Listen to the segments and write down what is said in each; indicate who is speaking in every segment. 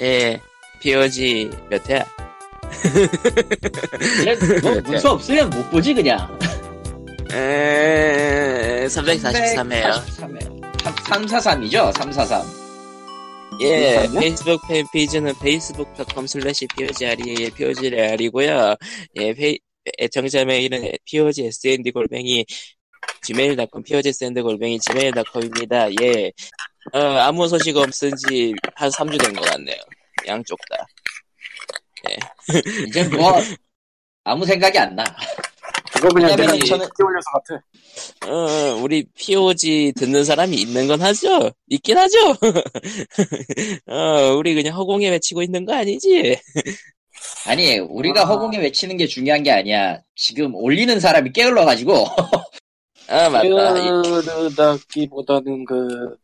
Speaker 1: 예, POG 몇 회?
Speaker 2: 그냥 뭐 문서 없으면 못 보지 그냥.
Speaker 1: 에, 343회요.
Speaker 2: 343이죠? 343.
Speaker 1: 예,
Speaker 2: 343?
Speaker 1: 페이스북 페이지는 facebook.com slash POGRE의 POGRE이고요. 예, 페이, 애청자 메일은 POGSND 골뱅이 gmail.com, POGSND 골뱅이 gmail.com입니다. 예, 어, 아무 소식 없은 지 한 3주 된 것 같네요. 양쪽 다.
Speaker 2: 이제 뭐 아무 생각이 안 나.
Speaker 3: 이거 그냥 내가
Speaker 1: 왜냐면은
Speaker 3: 인천에 끼올려서 같아.
Speaker 1: 어, 어, 우리 POG 듣는 사람이 있는 건 하죠. 있긴 하죠. 어, 우리 그냥 허공에 외치고 있는 거 아니지.
Speaker 2: 아니 우리가
Speaker 3: 아.
Speaker 2: 허공에 외치는 게 중요한 게 아니야. 지금 올리는 사람이 게을러 가지고
Speaker 1: 아,
Speaker 3: 어.
Speaker 1: 맞다.
Speaker 3: 끼어르다기보다는 그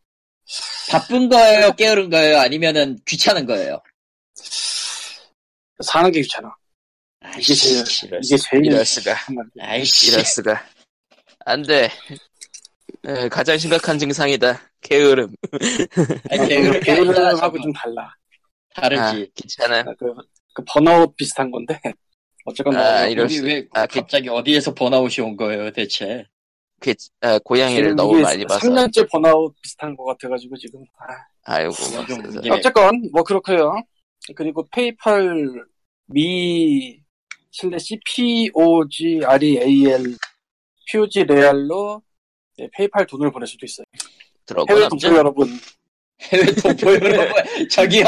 Speaker 2: 바쁜 거예요, 게으른 거예요, 아니면은 귀찮은 거예요.
Speaker 3: 사는 게 귀찮아. 이게 제일
Speaker 2: 아이씨,
Speaker 3: 이게 제일
Speaker 1: 이럴 수가.
Speaker 2: 아이씨.
Speaker 1: 이럴 수가. 안 돼. 에, 가장 심각한 증상이다. 게으름.
Speaker 2: 아니,
Speaker 1: 네,
Speaker 2: 게으르게 하잖아,
Speaker 3: 그 게으름하고
Speaker 2: 저거.
Speaker 3: 좀 달라.
Speaker 1: 아,
Speaker 2: 다르지.
Speaker 1: 귀찮아.
Speaker 3: 그, 그 번아웃 비슷한 건데 어쨌건 뭐
Speaker 1: 아,
Speaker 3: 나
Speaker 1: 이럴
Speaker 2: 우리
Speaker 1: 수-
Speaker 2: 왜
Speaker 1: 아, 그-
Speaker 2: 갑자기 어디에서 번아웃이 온 거예요, 대체?
Speaker 1: 귀, 아, 고양이를 너무 많이 봐서.
Speaker 3: 3년째 번아웃 비슷한 것 같아가지고 지금. 아.
Speaker 1: 아이고.
Speaker 2: 좀
Speaker 1: 그래서-
Speaker 2: 문제- 예.
Speaker 3: 어쨌건 뭐 그렇고요. 그리고 페이팔 미 슬래시 p o g r e a l p o g 레알로 네, 페이팔 돈을 보낼 수도 있어요. 해외
Speaker 1: 들어오고
Speaker 3: 동포
Speaker 1: 남자.
Speaker 3: 여러분,
Speaker 2: 해외 돈보여 여러분, 저기요.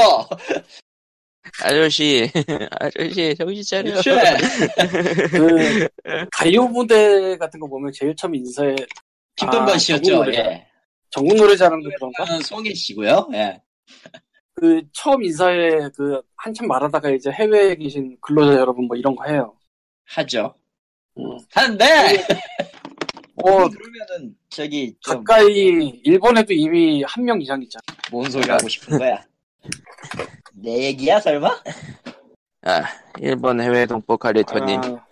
Speaker 1: 아저씨, 아저씨, 정신 차려.
Speaker 2: 대체.
Speaker 3: 그 가요 무대 같은 거 보면 제일 처음 인사에
Speaker 2: 김동건
Speaker 3: 아,
Speaker 2: 씨였죠.
Speaker 3: 정국 노래자.
Speaker 2: 예.
Speaker 3: 전국 노래자랑도 그런가?
Speaker 2: 저는 송혜 씨고요. 예.
Speaker 3: 그 처음 인사에 그 한참 말하다가 이제 해외에 계신 근로자 여러분 뭐 이런 거 해요.
Speaker 2: 하죠.
Speaker 3: 음.
Speaker 2: 하는데
Speaker 3: 뭐
Speaker 2: 어, 그러면은 저기 좀 뭔
Speaker 3: 가까이 일본에도 이미 한 명 이상 있잖아.
Speaker 2: 소리 하고 싶은 거야? 내 얘기야 설마?
Speaker 1: 아, 일본 해외 동포 카리토님.
Speaker 3: 아,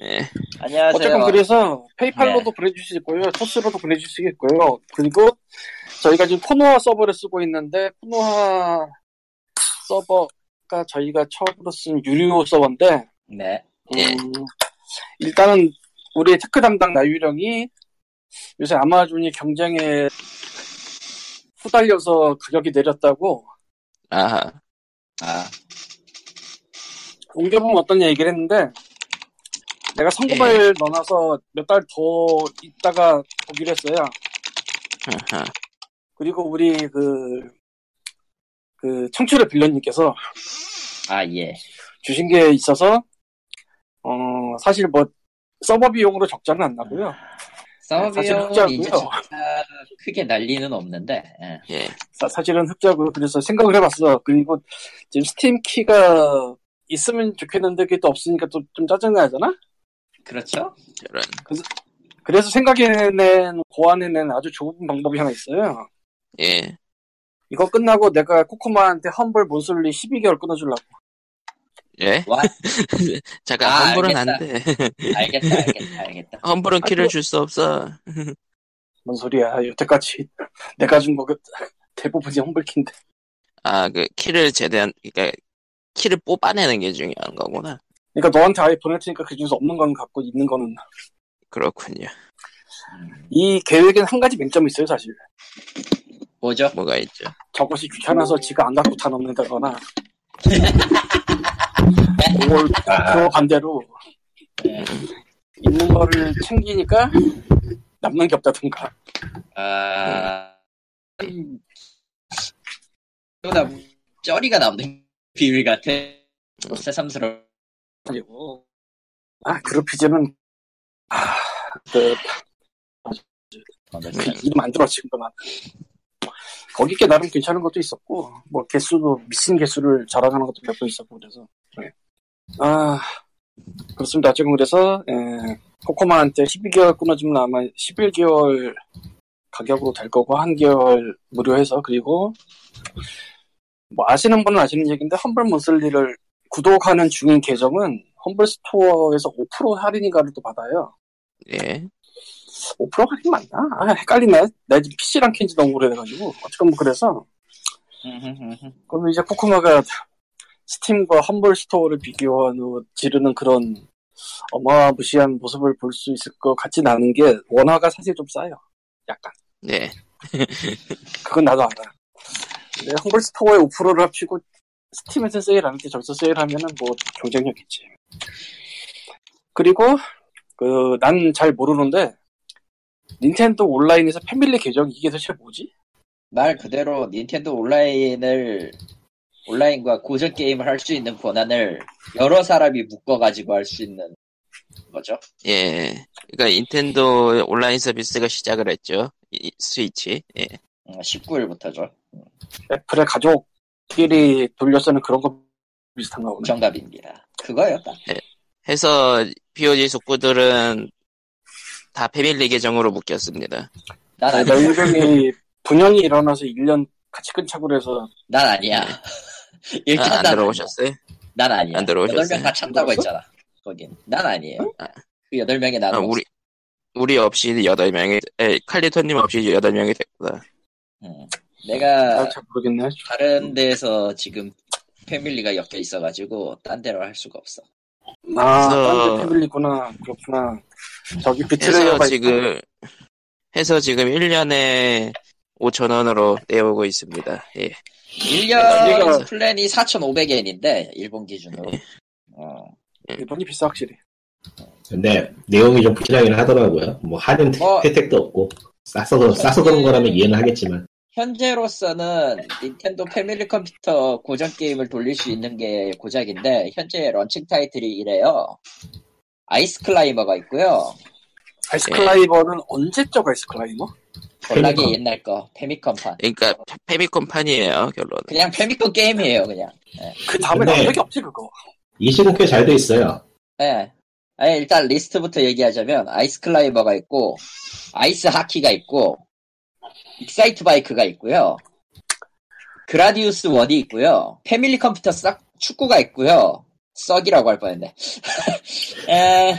Speaker 1: 예.
Speaker 2: 안녕하세요.
Speaker 3: 어쨌건 그래서 페이팔로도 보내줄 수 있고요. 토스로도 보내줄 수 있고요. 그리고 저희가 지금 코노하 서버를 쓰고 있는데 코노하 서버가 저희가 처음으로 쓴 유료 서버인데
Speaker 2: 네.
Speaker 3: 음,
Speaker 1: 예.
Speaker 3: 일단은 우리 테크 담당 나유령이 요새 아마존이 경쟁에 후달려서 가격이 내렸다고
Speaker 1: 아하.
Speaker 2: 아
Speaker 3: 옮겨보면 어떤 얘기를 했는데 내가 성금을 넣어놔서 몇 달 더 있다가 보기로 했어요.
Speaker 1: 아하.
Speaker 3: 그리고 우리 그, 그 청취자 빌런님께서
Speaker 2: 아, 예.
Speaker 3: 주신 게 있어서, 어, 사실 뭐, 서버 비용으로 적자는 안 나고요. 사실
Speaker 2: 서비용
Speaker 3: 흑자고요.
Speaker 2: 이제 진짜 크게 난리는 없는데. 예.
Speaker 1: 예.
Speaker 3: 사, 사실은 흑자고요. 그래서 생각을 해봤어. 그리고 지금 스팀 키가 있으면 좋겠는데 그게 또 없으니까 또 좀 짜증나잖아?
Speaker 2: 그렇죠?
Speaker 1: 저런.
Speaker 3: 그래서 생각해낸, 고안해낸 아주 좋은 방법이 하나 있어요.
Speaker 1: 예.
Speaker 3: 이거 끝나고 내가 코코마한테 험블 몬슬리 12개월 끊어주려고.
Speaker 1: 예?
Speaker 2: 와.
Speaker 1: 잠깐,
Speaker 2: 아,
Speaker 1: 험불은
Speaker 2: 알겠다.
Speaker 1: 안 돼.
Speaker 2: 알겠다, 알겠다, 알겠다.
Speaker 1: 험불은
Speaker 3: 아,
Speaker 1: 키를
Speaker 3: 그거-
Speaker 1: 줄 수 없어.
Speaker 3: 뭔 소리야. 여태까지 내가 준거 대부분이 험블키인데.
Speaker 1: 아, 그, 키를 제대한, 그니까, 키를 뽑아내는 게 중요한 거구나.
Speaker 3: 그러니까 너한테 아예 보낼 테니까 그 중에서 없는 건 갖고 있는 거는
Speaker 1: 그렇군요.
Speaker 3: 이 계획엔 한 가지 맹점이 있어요 사실
Speaker 2: 뭐죠?
Speaker 1: 뭐가 있죠?
Speaker 3: 저것이 귀찮아서 지가 안 갖고 다 넣는다거나 그걸 그거 반대로
Speaker 2: 네.
Speaker 3: 있는 거를 챙기니까 남는 게 없다든가
Speaker 2: 아, 그러다 뭐, 쩌리가 남는 비밀 같아. 새삼스러워.
Speaker 3: 그리고 아 그룹피즈는 아그 음.
Speaker 2: 음,
Speaker 3: 이름 안 들어 지금 그 그만 거기 게 나름 괜찮은 것도 있었고 뭐 개수도 미친 개수를 자랑하는 것도 몇 번 있었고 그래서 네. 아 그렇습니다 지금 그래서 예, 코코마한테 12개월 끊어주면 아마 11개월 가격으로 될 거고 한 개월 무료해서 그리고 뭐 아시는 분은 아시는 얘기인데 험블 몬슬리를 구독하는 중인 계정은 험블 스토어에서 5% 할인이 가를 또 받아요
Speaker 1: 예.
Speaker 3: 5% 할인 맞나? 아, 헷갈리네. 내가 지금 PC랑 켠지 너무 오래돼가지고. 어쨌건 뭐 그래서
Speaker 2: 음,
Speaker 3: 그럼 이제 코코마가 스팀과 험블 스토어를 비교한 후 지르는 그런 어마무시한 모습을 볼 수 있을 것 같진 않은 게 원화가 사실 좀 싸요. 약간.
Speaker 1: 네.
Speaker 3: 그건 나도 알아. 근데 험블 스토어에 5%를 합치고 스팀에서 세일하는 게 저기서 세일하면은 뭐 경쟁력이지. 그리고 그 난 잘 모르는데 닌텐도 온라인에서 패밀리 계정 이게 도대체 뭐지?
Speaker 2: 말 그대로 닌텐도 온라인을 온라인과 고전 게임을 할 수 있는 권한을 여러 사람이 묶어가지고 할 수 있는 거죠.
Speaker 1: 예. 그러니까 닌텐도 온라인 서비스가 시작을 했죠. 이- 이 스위치. 예.
Speaker 2: 음, 19일부터죠.
Speaker 3: 애플의 가족끼리 돌려쓰는 그런 거 비슷한가 보네.
Speaker 2: 정답입니다. 그거요. 딱.
Speaker 1: 해서 POG 속구들은 다 패밀리 계정으로 묶였습니다.
Speaker 2: 난
Speaker 3: 네,
Speaker 2: 아니야.
Speaker 3: 멜병이 분양이 일어나서 1년 같이 끈착으로 해서
Speaker 2: 난 아니야. 일단
Speaker 1: 아, 안
Speaker 2: 난
Speaker 1: 들어오셨어요?
Speaker 2: 아니야. 난 아니야.
Speaker 1: 안 들어오셨어요?
Speaker 2: 여덟 명다 참다고 했잖아. 거긴. 난 아니에요.
Speaker 1: 아.
Speaker 2: 그 여덟 명이
Speaker 1: 아,
Speaker 2: 나는 거.
Speaker 1: 우리 우리 없이 8명이 에, 칼리토님 없이 8명이 됐구나.
Speaker 2: 음.
Speaker 1: 아,
Speaker 2: 내가
Speaker 3: 잘 모르겠네.
Speaker 2: 다른 데에서 지금 패밀리가 엮여 있어가지고 딴 데로 할 수가 없어.
Speaker 3: 아,
Speaker 1: 그래서-
Speaker 3: 딴데 패밀리구나. 그렇구나. 저기
Speaker 1: 해서
Speaker 3: 비트레이어가 있고.
Speaker 1: 지금 해서 지금 1년에 5천 원으로 내오고 있습니다. 예.
Speaker 2: 1년
Speaker 3: 우리가-
Speaker 2: 플랜이 4,500엔인데 일본 기준으로. 어.
Speaker 3: 일본이 비싸 확실히.
Speaker 4: 근데 내용이 좀 부실하긴 하더라고요. 뭐 할인 특-
Speaker 2: 뭐-
Speaker 4: 혜택도 없고 싸서 그- 싸서 그런 거라면 이해는 하겠지만
Speaker 2: 현재로서는 닌텐도 패밀리 컴퓨터 고전 게임을 돌릴 수 있는 게 고작인데 현재 런칭 타이틀이 이래요. 아이스 클라이머가 있고요.
Speaker 3: 아이스클라이버는 언제적 아이스클라이머?
Speaker 2: 전락의
Speaker 4: 페미컴.
Speaker 2: 옛날 거 페미컴판.
Speaker 1: 그러니까 페- 페미컴판이에요 결론은.
Speaker 2: 그냥 페미컴 게임이에요, 그냥.
Speaker 3: 그 다음에
Speaker 4: 근데-
Speaker 3: 남력이 없지 그거.
Speaker 4: 이 시는 꽤 잘 돼 있어요.
Speaker 2: 예. 예, 일단 리스트부터 얘기하자면 아이스 클라이머가 있고 아이스 하키가 있고 익사이트 바이크가 있고요. 그라디우스 원이 있고요. 패밀리 컴퓨터 싹 축구가 있고요. 썩이라고 할 뻔했네. 에,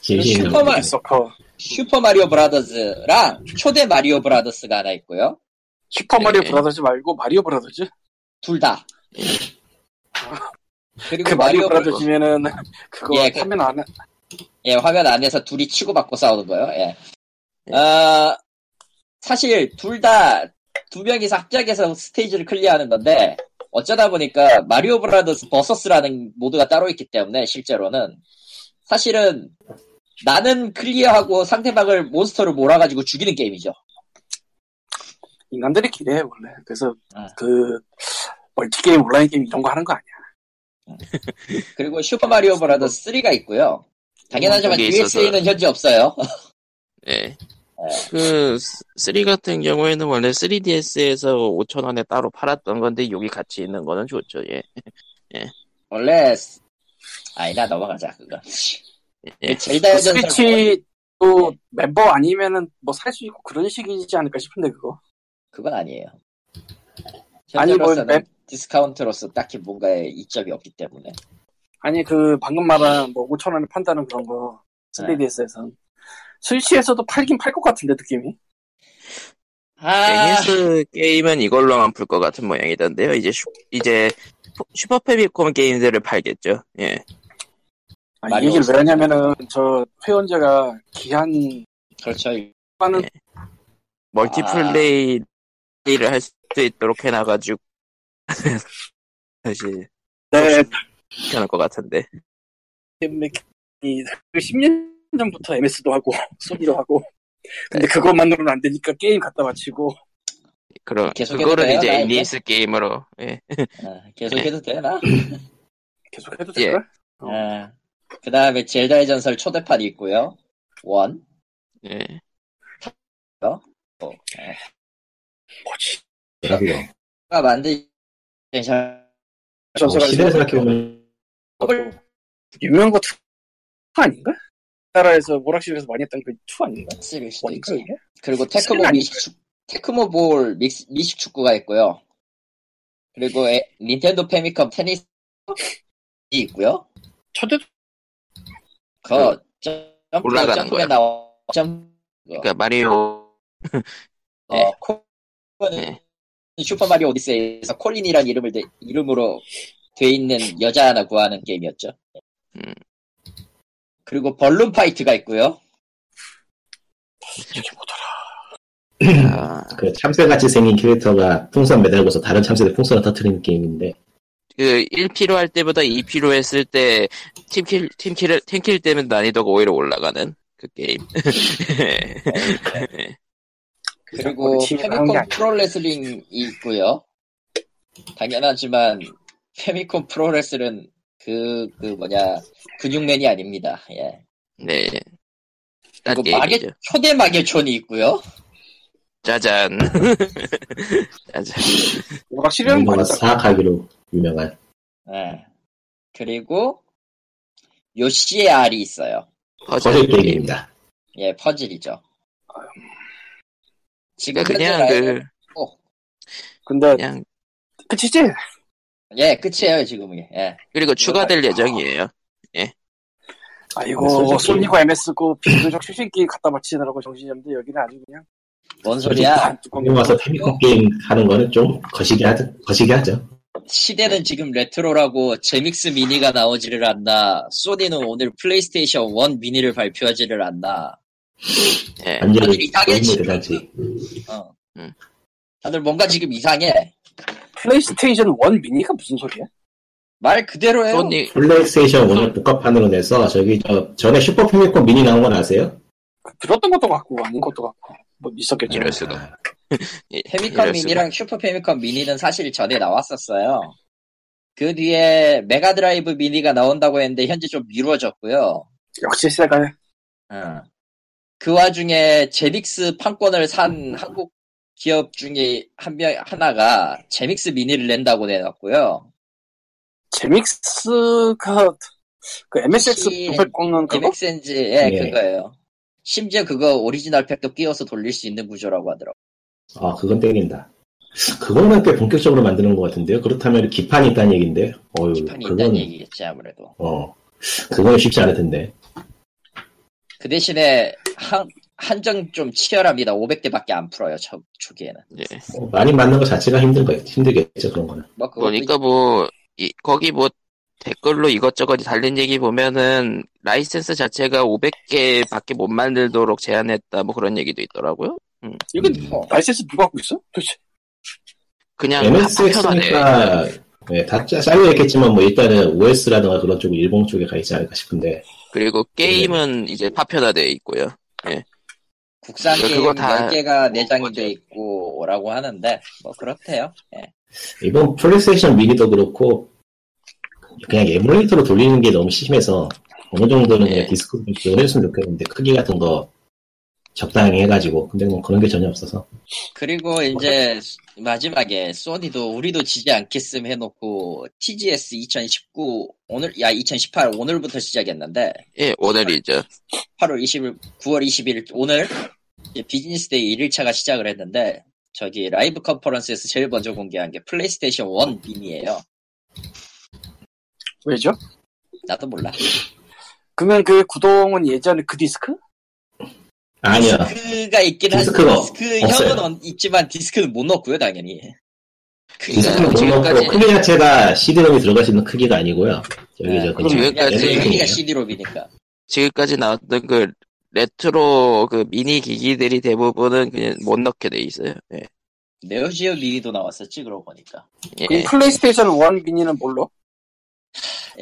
Speaker 4: 진심 있는
Speaker 3: 아,
Speaker 2: 슈퍼맨.
Speaker 4: 분들.
Speaker 3: 서커.
Speaker 2: 슈퍼 마리오 브라더즈랑 초대 마리오 브라더스가 하나 있고요.
Speaker 3: 슈퍼마리오
Speaker 1: 네.
Speaker 3: 브라더즈 말고 마리오 브라더즈?
Speaker 2: 둘 다. 그리고
Speaker 3: 그 마리오
Speaker 2: 마리오 브라더
Speaker 3: 브라더즈면은 그거
Speaker 2: 예, 그-
Speaker 3: 화면 안에
Speaker 2: 예, 화면 안에서 둘이 치고받고 싸우는 거예요. 예. 어, 사실 둘 다 두 명이서 합작해서 스테이지를 클리어하는 건데 어쩌다 보니까 마리오 브라더스 버서스라는 모드가 따로 있기 때문에 실제로는 사실은 나는 클리어하고 상대방을 몬스터를 몰아가지고 죽이는 게임이죠.
Speaker 3: 인간들이 기대해 원래. 그래서
Speaker 2: 아.
Speaker 3: 그 멀티게임 온라인 게임 이런 거 하는 거 아니야.
Speaker 2: 그리고 슈퍼 마리오 브라더스 3가 있고요. 당연하지만
Speaker 1: 음, 거기에 있어서-
Speaker 2: DLC는 현재 없어요.
Speaker 1: 예. 그, 3 같은 경우에는 원래 3DS에서 5,000원에 따로 팔았던 건데, 여기 같이 있는 거는 좋죠, 예.
Speaker 2: 원래 아니다 넘어가자 그거.
Speaker 1: 예.
Speaker 2: 젤다
Speaker 3: 그
Speaker 2: 전설
Speaker 3: 스위치도 멤버 아니면은 뭐 살 수 있고 그런 식이지 않을까 싶은데 그거.
Speaker 2: 그건 아니에요.
Speaker 3: 아니, 뭐,
Speaker 2: 현재로서는
Speaker 3: 맵-
Speaker 2: 디스카운트로서 딱히 뭔가의 이점이 없기 때문에
Speaker 3: 아니 그 방금 말한 뭐 5천 원에 판다는 그런 거
Speaker 2: 네.
Speaker 3: 3DS에선 스위치에서도 팔긴 팔 것 같은데 느낌이. 네.
Speaker 2: 아
Speaker 1: 뱅스 예, 게임은 이걸로만 풀 것 같은 모양이던데요. 이제 슈, 이제 슈퍼 패미콤 게임들을 팔겠죠. 예.
Speaker 3: 아, 이
Speaker 2: 말이
Speaker 3: 얘기를
Speaker 2: 없어요.
Speaker 3: 왜 하냐면은 저 회원제가 기한
Speaker 2: 그렇죠
Speaker 3: 빠는
Speaker 1: 네. 멀티플레이를 할 수도 있도록 해놔가지고, 사실,
Speaker 3: 네.
Speaker 1: 괜찮을 것 같은데.
Speaker 3: 때문에 네, 이 그 10년 전부터 MS도 하고 소니도 하고 근데 그것만으로는 안 되니까 게임 갖다 바치고
Speaker 1: 그럼,
Speaker 2: 계속
Speaker 1: 그거를
Speaker 2: 해도 돼요, 나
Speaker 1: 이제
Speaker 2: 이제?
Speaker 1: NES 게임으로, 예.
Speaker 2: 아,
Speaker 3: 네.
Speaker 2: 계속해도 되나?
Speaker 3: 음. 계속 해도
Speaker 1: 예.
Speaker 3: 될까? 어.
Speaker 2: 아, 그 다음에 젤다의 전설 초대판이 있고요 원
Speaker 1: 예.
Speaker 2: 또, 아,
Speaker 3: 뭐지?
Speaker 4: 그래가지고
Speaker 2: 누가 아, 만든 전설
Speaker 4: 뭐 시대를 생각해보면
Speaker 3: 더블 유명한 거 2 아닌가? 우리나라에서 오락실에서 많이 했던 그2 아닌가?
Speaker 2: 쓰릴 수도
Speaker 3: 원인가
Speaker 2: 있지
Speaker 3: 이게?
Speaker 2: 그리고
Speaker 3: 쓰리는
Speaker 2: 테크모
Speaker 3: 아니고요.
Speaker 2: 미식축 테크모볼 믹스- 미식축구가 있고요 그리고 에- 닌텐도 패미컴 테니스 이 있고요
Speaker 3: 초대
Speaker 2: 그
Speaker 3: 네.
Speaker 2: 점프
Speaker 1: 올라가는 거야.
Speaker 2: 점프가 나와 점
Speaker 1: 그러니까 마리오,
Speaker 2: 어,
Speaker 1: 네.
Speaker 2: 코
Speaker 1: 네.
Speaker 2: 슈퍼마리오 오디세이에서 콜린이란 이름을 대- 이름으로 돼 있는 여자 하나 구하는 게임이었죠.
Speaker 1: 음.
Speaker 2: 그리고 벌룬 파이트가 있고요.
Speaker 3: 이게 뭐더라.
Speaker 1: 아,
Speaker 4: 그 참새같이 생긴 캐릭터가 풍선 매달고서 다른 참새들 풍선을 터트리는 게임인데
Speaker 1: 그 1피로 할 때보다 2피로 했을 때 팀킬 팀킬을 팀킬 때문에 난이도가 오히려 올라가는 그 게임.
Speaker 2: 그리고
Speaker 3: 팀이 나온 게
Speaker 2: 페미콘
Speaker 3: 아니야.
Speaker 2: 프로레슬링이 있고요. 당연하지만 페미콘 프로레슬은 그, 그 뭐냐 근육맨이 아닙니다. 예.
Speaker 1: 네. 딴
Speaker 2: 그리고 마계
Speaker 1: 게임이죠.
Speaker 2: 초대 마계촌이 있고요.
Speaker 1: 짜잔. 짜잔.
Speaker 3: 확실히 하는
Speaker 4: 뭔가
Speaker 3: 거니까.
Speaker 4: 사악하기로 유명한
Speaker 2: 예. 그리고 요시의 알이 있어요.
Speaker 4: 거실
Speaker 1: 퍼즐 게임.
Speaker 4: 게임입니다.
Speaker 2: 예, 퍼즐이죠. 지금
Speaker 1: 그러니까 그냥
Speaker 2: 현재
Speaker 1: 그
Speaker 2: 라인은-
Speaker 3: 근데
Speaker 4: 예.
Speaker 1: 그냥
Speaker 3: 끝이지?
Speaker 2: 예 끝이에요 지금이. 예.
Speaker 1: 그리고 추가될 예정이에요.
Speaker 4: 네, 솔직히.
Speaker 3: 아이고 소니고 MS고 비교적 휴식기 갖다 바치느라고 정신이 없는데 여기는 아주 그냥
Speaker 1: 네,
Speaker 2: 뭔 소리야?
Speaker 3: 뚜껑이
Speaker 4: 한국 와서 페미콘 게임 하는 거는 좀 거시기 하죠. 거시기 하죠.
Speaker 2: 시대는 지금 레트로라고 제믹스 미니가 나오지를 않나. 소니는 오늘 플레이스테이션 1 미니를 발표하지를 않나.
Speaker 1: 예.
Speaker 4: 완전히
Speaker 2: 아니, 이상해,
Speaker 4: 너무
Speaker 2: 네, 지금.
Speaker 4: 대단지.
Speaker 2: 어.
Speaker 1: 음.
Speaker 2: 다들 뭔가 지금 이상해.
Speaker 3: 플레이스테이션 1 미니가 무슨 소리야?
Speaker 2: 말 그대로예요.
Speaker 1: 소니
Speaker 4: 플레이스테이션 오늘 복합판으로 내서 저기 저 전에 슈퍼 페미콘 미니 나온 건 아세요?
Speaker 3: 그, 들었던 것도 같고 아닌 것도 같고 뭐 있었겠죠.
Speaker 1: 이럴 수도.
Speaker 4: 아,
Speaker 1: 예,
Speaker 2: 페미컴
Speaker 1: 이럴 수가.
Speaker 2: 미니랑 슈퍼 페미컴 미니는 사실 전에 나왔었어요. 그 뒤에 메가드라이브 미니가 나온다고 했는데 현재 좀 미뤄졌고요.
Speaker 3: 역시 세가네.
Speaker 2: 어. 그 와중에 제믹스 판권을 산 한국 기업 중에 한 명 하나가 제믹스 미니를 낸다고 내놨고요.
Speaker 3: 제믹스가 그 MSX
Speaker 2: 혹시
Speaker 3: 900 꺾는 그거?
Speaker 2: MXNG의
Speaker 4: 예.
Speaker 2: 그거예요. 심지어 그거 오리지널 팩도 끼워서 돌릴 수 있는 구조라고 하더라고.
Speaker 4: 아 그건 땡긴다. 그거는 꽤 본격적으로 만드는 것 같은데요. 그렇다면 기판이 있다는 얘긴데. 어유
Speaker 2: 기판이
Speaker 4: 그건
Speaker 2: 있다는 얘기겠지 아무래도.
Speaker 4: 어 그건 쉽지 않을 텐데.
Speaker 2: 그 대신에 한, 한정 좀 치열합니다. 500대밖에 안 풀어요. 저, 초기에는.
Speaker 1: 예.
Speaker 4: 어, 많이 만든 것 자체가 힘든 거 힘들겠죠 그런 거는.
Speaker 2: 뭐 그것도
Speaker 1: 그러니까 뭐 이, 거기 뭐 댓글로 이것저것 달린 얘기 보면은 라이센스 자체가 500개밖에 못 만들도록 제한했다 뭐 그런 얘기도 있더라고요.
Speaker 3: 이건
Speaker 2: 있고.
Speaker 3: 어, 라이센스 누가 갖고 있어? 도대체
Speaker 2: 아,
Speaker 1: 그냥 합편하네.
Speaker 4: MSX니까 다 짜- 잘려 있겠지만 뭐 일단은 OS라든가 그런 쪽은 일본 쪽에 가 있지 않을까 싶은데
Speaker 1: 그리고 게임은 이제 파편화돼 있고요.
Speaker 2: 국산
Speaker 1: 그거
Speaker 2: 게임
Speaker 1: 다-
Speaker 2: 10개가 내장이 돼 있고 라고 하는데 뭐 그렇대요. 예.
Speaker 4: 이번 플레이스테이션 미니도 그렇고 그냥 에뮬레이터로 돌리는 게 너무 심해서 어느 정도는
Speaker 1: 네.
Speaker 4: 그냥 디스크 조절을 했으면 좋겠는데 크기 같은 거 적당히 해가지고 근데 뭐 그런 게 전혀 없어서
Speaker 2: 그리고 이제 마지막에 소니도 우리도 지지 않겠음 해놓고 TGS 2019 오늘 야 2018 오늘부터 시작했는데
Speaker 1: 예, 오늘이죠.
Speaker 2: 8월 20일 9월 21일 오늘 이제 비즈니스 데이 1일차가 시작을 했는데 저기 라이브 컨퍼런스에서 제일 먼저 공개한 게 플레이스테이션 1 미니예요.
Speaker 3: 왜죠?
Speaker 2: 나도 몰라.
Speaker 3: 그러면 그 구동은 예전에 그 디스크?
Speaker 4: 아니야
Speaker 2: 디스크가 있긴 한데
Speaker 4: 디스크가
Speaker 2: 디스크
Speaker 4: 없어요.
Speaker 2: 형은 없- 있지만 디스크는 못 넣고요 당연히.
Speaker 4: 디스크는 못
Speaker 1: 지금까지-
Speaker 4: 넣고 네, 뭐 크기 자체가 CD롬이 들어갈 수 있는 크기가 아니고요 여기 저
Speaker 1: 네, 그럼
Speaker 4: 그냥
Speaker 1: 여기까지-
Speaker 4: 에뮬레이터예요.
Speaker 2: 여기가 CD롬이니까.
Speaker 1: 지금까지 나왔던 그 레트로 그 미니 기기들이 대부분은 그냥 못 넣게 돼 있어요. 예.
Speaker 2: 네오지오 미니도 나왔었지 그러고 보니까.
Speaker 1: 예.
Speaker 3: 그 플레이스테이션 1 미니는 뭘로?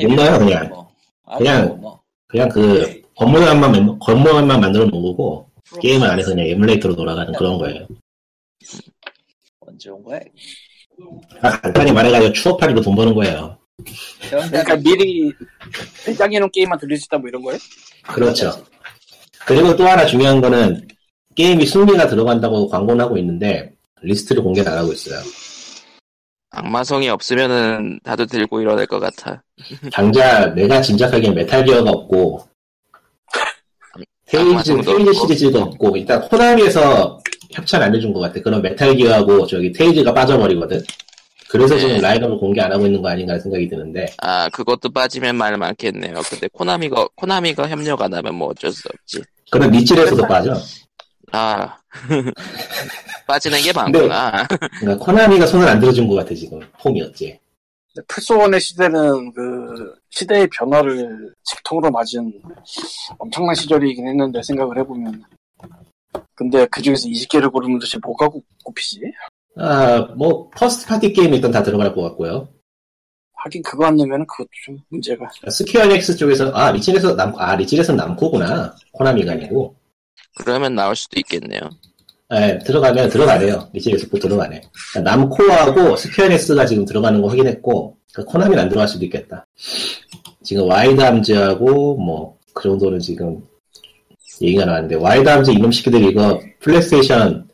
Speaker 4: 못 넣어요, 그냥.
Speaker 2: 뭐.
Speaker 4: 그냥.
Speaker 2: 그냥 뭐.
Speaker 4: 그냥
Speaker 1: 네.
Speaker 4: 그 건물만 만- 건물만 만들어 놓은 거고
Speaker 1: 그렇죠.
Speaker 4: 게임은 안에서 그냥 에뮬레이터로 돌아가는 그런 거예요
Speaker 2: 언제 온 거야?
Speaker 4: 아, 간단히 말해가지고 추억팔이로 돈 버는 거예요
Speaker 2: 그런
Speaker 3: 그러니까 미리 해장해놓은 게임만 돌릴 수 있다 뭐 이런 거예요?
Speaker 4: 그렇죠 그리고 또 하나 중요한 거는 게임이 순위가 들어간다고 광고는 하고 있는데 리스트를 공개는 안 하고 있어요.
Speaker 1: 악마성이 없으면은 다들 들고 일어날 것 같아.
Speaker 4: 당장 내가 짐작하기에 메탈 기어가 없고 테이즈,
Speaker 1: 악마성도
Speaker 4: 테이즈
Speaker 1: 아, 없고.
Speaker 4: 시리즈도 없고 일단 코나미에서 협찬 안 해준 것 같아. 그럼 메탈 기어하고 저기 테이즈가 빠져버리거든. 그래서 지금
Speaker 1: 네.
Speaker 4: 라인업을 공개 안 하고 있는 거 아닌가 생각이 드는데
Speaker 1: 아, 그것도 빠지면 말 많겠네요. 근데 코나미가 코나미가 협력 안 하면 뭐 어쩔 수 없지.
Speaker 4: 그럼 미칠에서도 빠져.
Speaker 1: 아 빠지는 게 많구나.
Speaker 3: 네.
Speaker 4: 그러니까 코나미가 손을 안 들어준 것 같아 지금 폼이 어째.
Speaker 3: 플스1의 시대는 그 시대의 변화를 직통으로 맞은 엄청난 시절이긴 했는데 생각을 해보면 근데 그 중에서 20개를 고르면 도대체 뭐가 꼽- 꼽히지?
Speaker 4: 아뭐 퍼스트 파티 게임 일단 다 들어갈 것 같고요.
Speaker 3: 하긴 그거 안 넣으면 그것도 좀 문제가
Speaker 4: 스퀘어 엑스 쪽에서 아 리첼에서 남아 리첼에서 남코구나 코나미가 아니고.
Speaker 1: 그러면 나올 수도 있겠네요.
Speaker 4: 예, 들어가면 들어가네요. 리첼에서 곧 들어가네. 그러니까 남코하고 스퀘어 엑스가 지금 들어가는 거 확인했고 그러니까 코나미는 안 들어갈 수도 있겠다. 지금 와이드 함즈하고 뭐 그 정도는 지금 얘기가 나왔는데 와이드 함즈 이놈 시키들 이거 플레이스테이션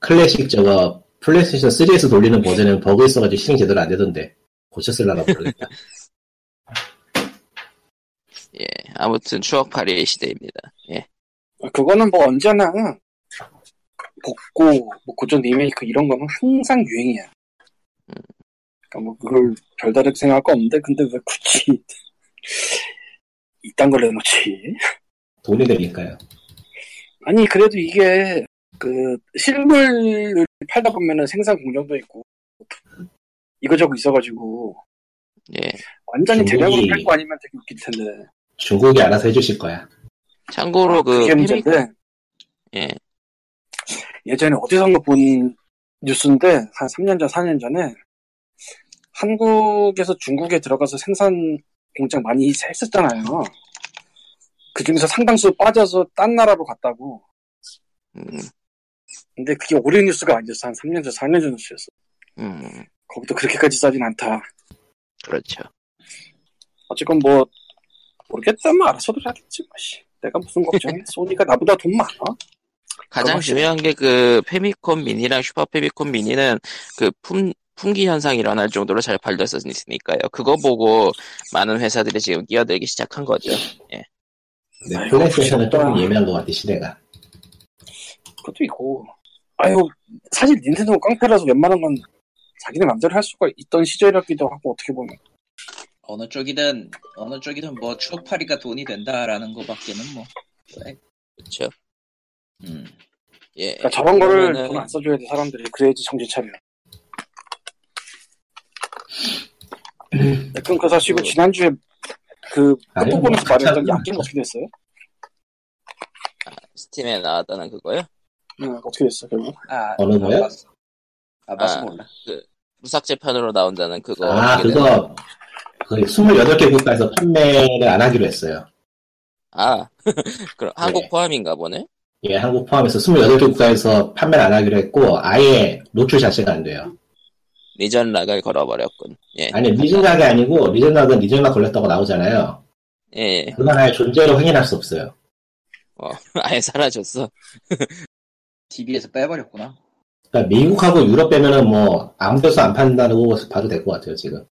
Speaker 4: 클래식 저거 플레이스테이션 3에서 돌리는 버전은 버그 있어가지고 실행 제대로 안 되던데 고쳤을라나 모르겠다.
Speaker 1: 아무튼 추억팔이의 시대입니다.
Speaker 3: 그거는 뭐 언제나 복고, 뭐 고전 리메이크 이런 거는 항상 유행이야 그러니까 뭐 그걸 별다르게 생각할 거 없는데 근데 왜 굳이 이딴 걸 내놓지?
Speaker 4: 돈이 되니까요.
Speaker 3: 아니 그래도 이게 그 실물을 팔다 보면은 생산 공정도 있고 이거저거 있어가지고
Speaker 1: 예.
Speaker 3: 완전히 대량으로
Speaker 4: 중국이-
Speaker 3: 팔고 아니면 되게 웃길 텐데
Speaker 4: 중국이 알아서 해주실 거야.
Speaker 1: 참고로 그
Speaker 3: 아, 그게 문제인데
Speaker 1: 페미컴, 예.
Speaker 3: 예전에 어디선가 본 뉴스인데 한 3년 전 4년 전에 한국에서 중국에 들어가서 생산 공장 많이 했었잖아요 그 중에서 상당수 빠져서 딴 나라로 갔다고
Speaker 1: 음,
Speaker 3: 근데 그게 올해 뉴스가 아니었어 한 3년 전 4년 전 뉴스였어
Speaker 1: 음,
Speaker 3: 거기도 그렇게까지 싸진 않다
Speaker 1: 그렇죠.
Speaker 3: 어쨌건 뭐 모르겠다면 알아서들 하겠지 뭐, 씨. 내가 무슨 걱정해 소니가 나보다 돈 많아
Speaker 1: 가장
Speaker 3: 그거
Speaker 1: 중요한 게 그 페미콘 미니랑 슈퍼 페미콘 미니는 그 품, 품귀 현상이 일어날 정도로 잘 팔렸었으니까요. 그거 보고 많은 회사들이 지금 끼어들기 시작한 거죠.
Speaker 4: 근데
Speaker 3: 아이고,
Speaker 4: 네, 플레이스테이션은 조금
Speaker 3: 무섭다.
Speaker 4: 예민한 것 같아 시대가.
Speaker 3: 그것도 있고 아유 사실 닌텐도 깡패라서 웬만한 건 자기네 맘대로 할 수가 있던 시절이었기도 하고 어떻게 보면
Speaker 2: 어느 쪽이든 어느 쪽이든 뭐 추억팔이가 돈이 된다라는 거밖에는 뭐.
Speaker 1: 그렇죠.
Speaker 2: 음.
Speaker 1: 예.
Speaker 3: 그러니까 저런 거를
Speaker 1: 그러면은-
Speaker 3: 돈 안 써줘야 돼 사람들이 그래야지 정신 차려 네, 그럼 그
Speaker 1: 음.
Speaker 3: 사시고 지난주에 그
Speaker 4: 아니,
Speaker 3: 끝부분에서
Speaker 4: 뭐
Speaker 3: 말했던
Speaker 4: 가짜-
Speaker 3: 약기는 어떻게 됐어요?
Speaker 1: 스팀에 나왔다는 그거요.
Speaker 3: 네, 어떻게 됐어 결국?
Speaker 2: 아,
Speaker 4: 어느 거요?
Speaker 2: 안 봤어. 안 봐서
Speaker 1: 아.
Speaker 2: 몰라.
Speaker 1: 무삭 재판으로 나온다는 그거.
Speaker 4: 아
Speaker 1: 얘기는-
Speaker 4: 그거 그 28개 국가에서 판매를 안 하기로 했어요.
Speaker 1: 아, 그럼 한국
Speaker 4: 네.
Speaker 1: 포함인가 보네.
Speaker 4: 예, 한국 포함해서 28개 국가에서 판매를 안 하기로 했고, 아예 노출 자체가 안 돼요.
Speaker 1: 리전 락을 걸어버렸군. 예.
Speaker 4: 아니, 리전락이 아니고, 리전락은 리전락 걸렸다고 나오잖아요.
Speaker 1: 예.
Speaker 4: 그건 아예 존재를 확인할 수 없어요.
Speaker 1: 어, 아예 사라졌어.
Speaker 2: TV에서 빼버렸구나.
Speaker 4: 그러니까 미국하고 유럽 빼면은 뭐, 아무 데서 안 판다고 봐도 될 것 같아요, 지금.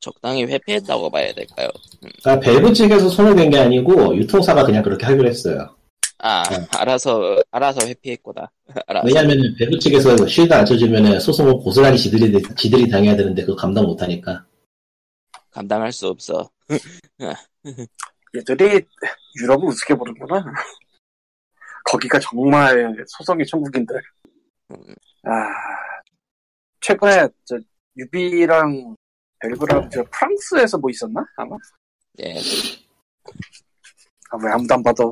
Speaker 1: 적당히 회피했다고 봐야 될까요?
Speaker 4: 그러니까 벨브 측에서 손을 댄 게 아니고, 유통사가 그냥 그렇게 하기로 했어요.
Speaker 1: 아,
Speaker 4: 네.
Speaker 1: 알아서, 알아서 회피했구나. 알아서.
Speaker 4: 왜냐면은, 벨브 측에서 쉴드 안 쳐주면은, 소송을 고스란히 지들이, 지들이 당해야 되는데, 그거 감당 못 하니까.
Speaker 1: 감당할 수 없어.
Speaker 3: 얘들이 유럽을 우습게 보는구나. 거기가 정말 소송의 천국인데. 아, 최근에 저 유비랑 벨브랑 저 프랑스에서 뭐 있었나? 아마?
Speaker 1: 예.
Speaker 3: 아, 왜 아무도 안 받아.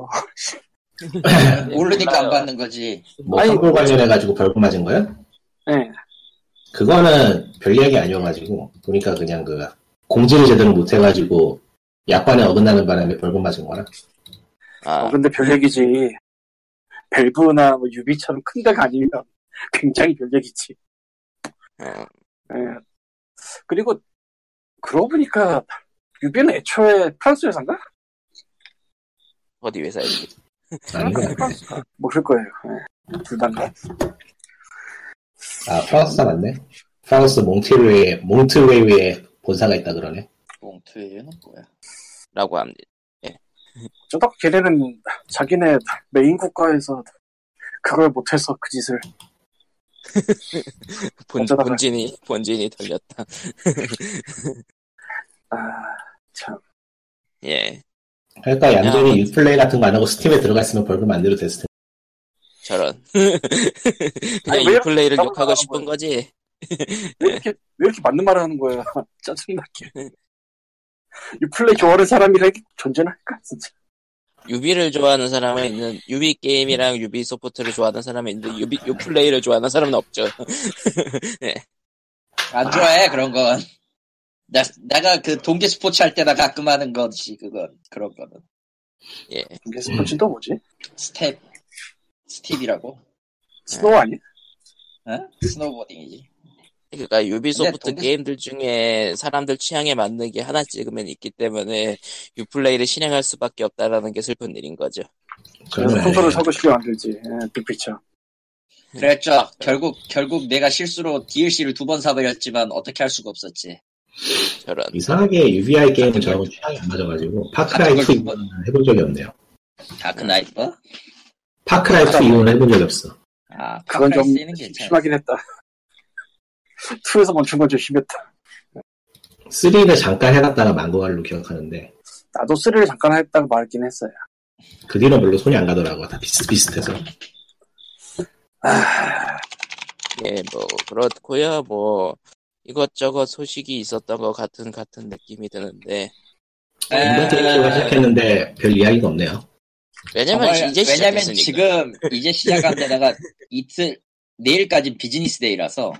Speaker 2: 네. 모르니까 안
Speaker 1: 네, 몰라요.
Speaker 2: 받는 거지.
Speaker 4: 뭐,
Speaker 3: 아니,
Speaker 4: 선불 관련해가지고 벌금 맞은 거야?
Speaker 3: 예.
Speaker 4: 그거는 별 이야기 아니어가지고 보니까 그냥 그 공지를 제대로 못해가지고 약관에 어긋나는 바람에 벌금 맞은 거라
Speaker 1: 아,
Speaker 3: 어, 근데 별 얘기지. 벨브나 뭐 유비처럼 큰 데가 아니면 굉장히 별 얘기지.
Speaker 1: 어,
Speaker 3: 예. 그리고 그러고 보니까 유비는 애초에 프랑스 회사인가?
Speaker 1: 어디 회사인지.
Speaker 4: 아니고
Speaker 3: 뭐 그럴 거예요. 예. 둘다인가?
Speaker 4: 아 프랑스가 맞네 프랑스 몽트웨이에 몽트웨이에 본사가 있다 그러네
Speaker 2: 봉투에는 뭐야?
Speaker 1: 라고 합니다.
Speaker 3: 저딱 걔네는 자기네 메인 국가에서 그걸 못해서 그 짓을
Speaker 1: 본,
Speaker 3: 어쩌다가-
Speaker 1: 본진이, 본진이 털렸다.
Speaker 3: 아, 참
Speaker 1: 예.
Speaker 4: 그러니까 얌전히
Speaker 1: 야,
Speaker 4: 유플레이 같은 거 안 하고 스팀에 들어갔으면 벌금 안 내도 됐을 텐데
Speaker 1: 저런.
Speaker 3: 아니,
Speaker 1: 그냥
Speaker 3: 왜
Speaker 1: 유플레이를
Speaker 3: 이렇게
Speaker 1: 욕하고
Speaker 3: 나오는
Speaker 1: 싶은 거지.
Speaker 3: 왜 이렇게, 왜 이렇게 맞는 말을 하는 거야? 짜증나게. 유플레이 좋아하는 사람이라 이게 존재할까, 진짜.
Speaker 1: 유비를 좋아하는 사람은 있는 유비 게임이랑 유비 소프트를 좋아하는 사람은 있는데 유비 유플레이를 좋아하는 사람은 없죠.
Speaker 2: 안 좋아해 그런 건. 나 내가 그 동계 스포츠 할 때나 가끔 하는 거지 그건 그런 거는 음.
Speaker 3: 이게 스포츠도
Speaker 2: 네.
Speaker 3: 뭐지?
Speaker 2: 스텝 스텝이라고
Speaker 3: 스노우 아니야?
Speaker 2: 어? 스노보딩이지.
Speaker 1: 그러니까 유비 소프트
Speaker 2: 동네-
Speaker 1: 게임들 중에 사람들 취향에 맞는 게 하나 찍으면 있기 때문에 유플레이를 실행할 수밖에 없다라는 게 슬픈 일인 거죠.
Speaker 3: 그래서
Speaker 4: 그러네.
Speaker 3: 콘솔을 사고 싶게 만들지. 예, 빅피처.
Speaker 2: 그랬죠. 결국 결국 내가 실수로 DLC를 두 번 사버렸지만 어떻게 할 수가 없었지.
Speaker 1: 저런.
Speaker 4: 이상하게 UBI 게임은 저하고 취향이 안 맞아가지고 파크라이
Speaker 2: 같은 걸
Speaker 4: 2 이거는 해본 적이 없네요.
Speaker 2: 다크 아, 그 나이프?
Speaker 4: 파크라이 2 이거는 해본 적이 없어.
Speaker 2: 아,
Speaker 3: 그건 좀
Speaker 2: 쓰이는 괜찮아.
Speaker 3: 심하긴 했다. 2에서 멈춘 건 좀 심했다.
Speaker 4: 3를 잠깐 해놨다가 망고 갈로 기억하는데
Speaker 3: 나도 3를 잠깐 했다고 말했긴 했어요.
Speaker 4: 그 뒤로 별로 손이 안 가더라고 다 비슷비슷해서
Speaker 1: 예, 뭐 그렇고요. 뭐 이것저것 소식이 있었던 것 같은 같은 느낌이 드는데
Speaker 2: 네.
Speaker 4: 인벤트 게임을 시작했는데 별 이야기가 없네요.
Speaker 1: 왜냐면
Speaker 2: 정말-
Speaker 1: 이제
Speaker 2: 왜냐면
Speaker 1: 시작했으니까.
Speaker 2: 지금 이제 시작한 데다가 이틀 내일까지 비즈니스 데이라서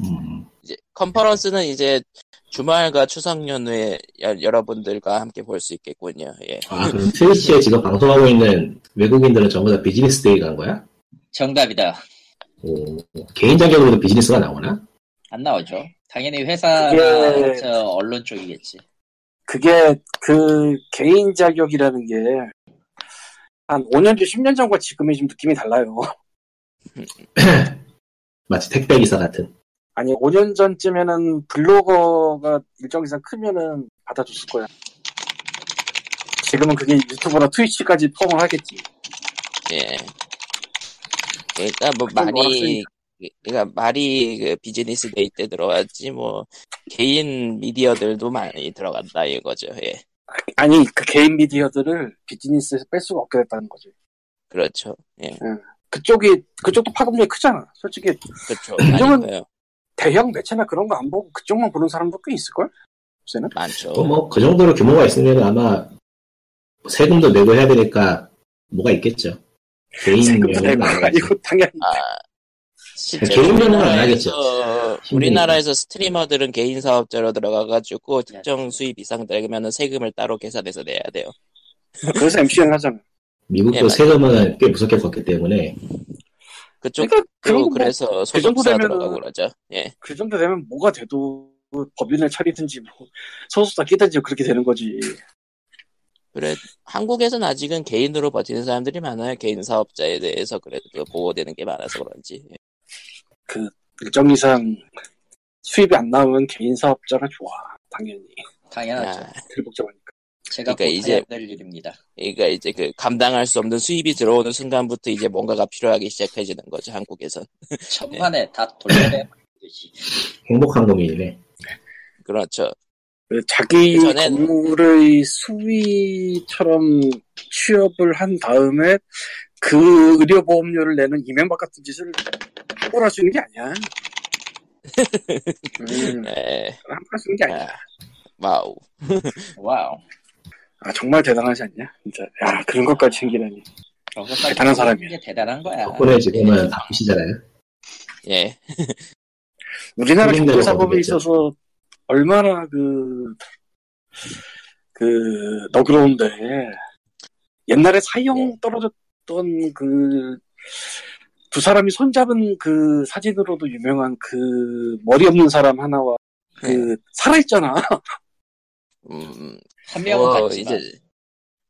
Speaker 4: 음,
Speaker 1: 이제 컨퍼런스는 이제 주말과 추석 연휴에 여- 여러분들과 함께 볼 수 있겠군요. 예.
Speaker 4: 아 그럼 트위치에 지금 방송하고 있는 외국인들은 전부 다 비즈니스 데이 간 거야?
Speaker 2: 정답이다.
Speaker 4: 오, 개인 자격으로도 비즈니스가 나오나?
Speaker 2: 안 나오죠. 당연히 회사나
Speaker 3: 그게-
Speaker 2: 저 언론 쪽이겠지.
Speaker 3: 그게 그 개인 자격이라는 게 한 5년 전, 10년 전과 지금이 좀 느낌이 달라요.
Speaker 4: 마치 택배 기사 같은.
Speaker 3: 아니 5년 전쯤에는 블로거가 일정 이상 크면은 받아줬을 거야. 지금은 그게 유튜브나 트위치까지 포함을 하겠지.
Speaker 1: 예. 그러니까 뭐
Speaker 3: 그건
Speaker 1: 말이
Speaker 3: 뭐라
Speaker 1: 그러니까 말이 그 비즈니스 데이 때 들어갔지 뭐 개인 미디어들도 많이 들어간다 이거죠. 예.
Speaker 3: 아니 그 개인 미디어들을 비즈니스에서 뺄 수가 없게 됐다는 거지.
Speaker 1: 그렇죠. 예.
Speaker 3: 그쪽이 그쪽도 파급력이 크잖아. 솔직히
Speaker 1: 그렇죠.
Speaker 3: 이정은-
Speaker 1: 많이 요
Speaker 3: 대형 매체나 그런 거 안 보고 그쪽만 보는 사람도 꽤 있을 걸. 요새는
Speaker 1: 많죠.
Speaker 4: 또 뭐 그 정도로 규모가 있으면 아마 세금도 내고 해야 되니까 뭐가 있겠죠. 개인
Speaker 3: 세금도
Speaker 4: 명의는
Speaker 3: 내고
Speaker 4: 안 하겠지.
Speaker 3: 아니고 당연히
Speaker 1: 아, 실제로
Speaker 4: 개인 변호는 안
Speaker 1: 우리나라에서-
Speaker 4: 하겠죠.
Speaker 1: 우리나라에서 스트리머들은 개인 사업자로 들어가가지고
Speaker 3: 네.
Speaker 1: 특정 수입 이상 되면 세금을 따로 계산해서 내야 돼요.
Speaker 3: 그래서 MCN 하잖아.
Speaker 1: 예,
Speaker 4: 미국도
Speaker 1: 맞아요.
Speaker 4: 세금은 꽤 무섭게 걷기 때문에
Speaker 1: 그쪽도
Speaker 3: 그러니까 그런 거뭐
Speaker 1: 그래서
Speaker 3: 정도
Speaker 1: 소속사
Speaker 3: 되면은-
Speaker 1: 들어가고 그러죠. 예.
Speaker 3: 그 정도 되면 뭐가 돼도 법인을 차리든지 뭐 소속사 끼든지 그렇게 되는 거지.
Speaker 1: 그래 한국에선 아직은 개인으로 버티는 사람들이 많아요. 개인 사업자에 대해서 그래도 보호되는 게 많아서 그런지. 예.
Speaker 3: 일정 이상 수입이 안 나오면 개인 사업자가 좋아. 당연히
Speaker 2: 당연하죠.
Speaker 1: 아,
Speaker 3: 들복잡하니까.
Speaker 2: 제가
Speaker 1: 그러니까
Speaker 2: 곧
Speaker 1: 이제-
Speaker 2: 해야 될 일입니다.
Speaker 1: 그러니까 이제 그 감당할 수 없는 수입이 들어오는 순간부터 이제 뭔가가 필요하기 시작해지는 거죠. 한국에선
Speaker 2: 천만에 다 돌려내면 되지.
Speaker 4: 행복한 고민이네.
Speaker 1: 그렇죠.
Speaker 3: 자기
Speaker 1: 예전엔-
Speaker 3: 건물의 수위처럼 취업을 한 다음에 그 의료보험료를 내는 이명박 같은 짓을 함부로 할수 있는 게 아니야. 음,
Speaker 1: 예.
Speaker 3: 함부로 할수 있는 게 아니야.
Speaker 1: 아, 와우.
Speaker 2: 와우.
Speaker 3: 아, 정말 대단하지 않냐? 진짜. 야, 그런 것까지 챙기다니.
Speaker 2: 그런 것까지
Speaker 3: 대단한 사람이야.
Speaker 2: 이게 대단한 거야.
Speaker 4: 덕분에 지금은 다음시잖아요.
Speaker 1: 예.
Speaker 3: 우리나라
Speaker 4: 국민대로
Speaker 3: 경제사법에
Speaker 4: 거두겠죠.
Speaker 3: 있어서 얼마나 그, 그, 너그러운데, 옛날에 사형 떨어졌던 그, 두 사람이 손잡은 그 사진으로도 유명한 그, 머리 없는 사람 하나와 그, 살아있잖아.
Speaker 1: 음,
Speaker 2: 한 명은
Speaker 1: 뭐,
Speaker 2: 갔지만
Speaker 1: 이제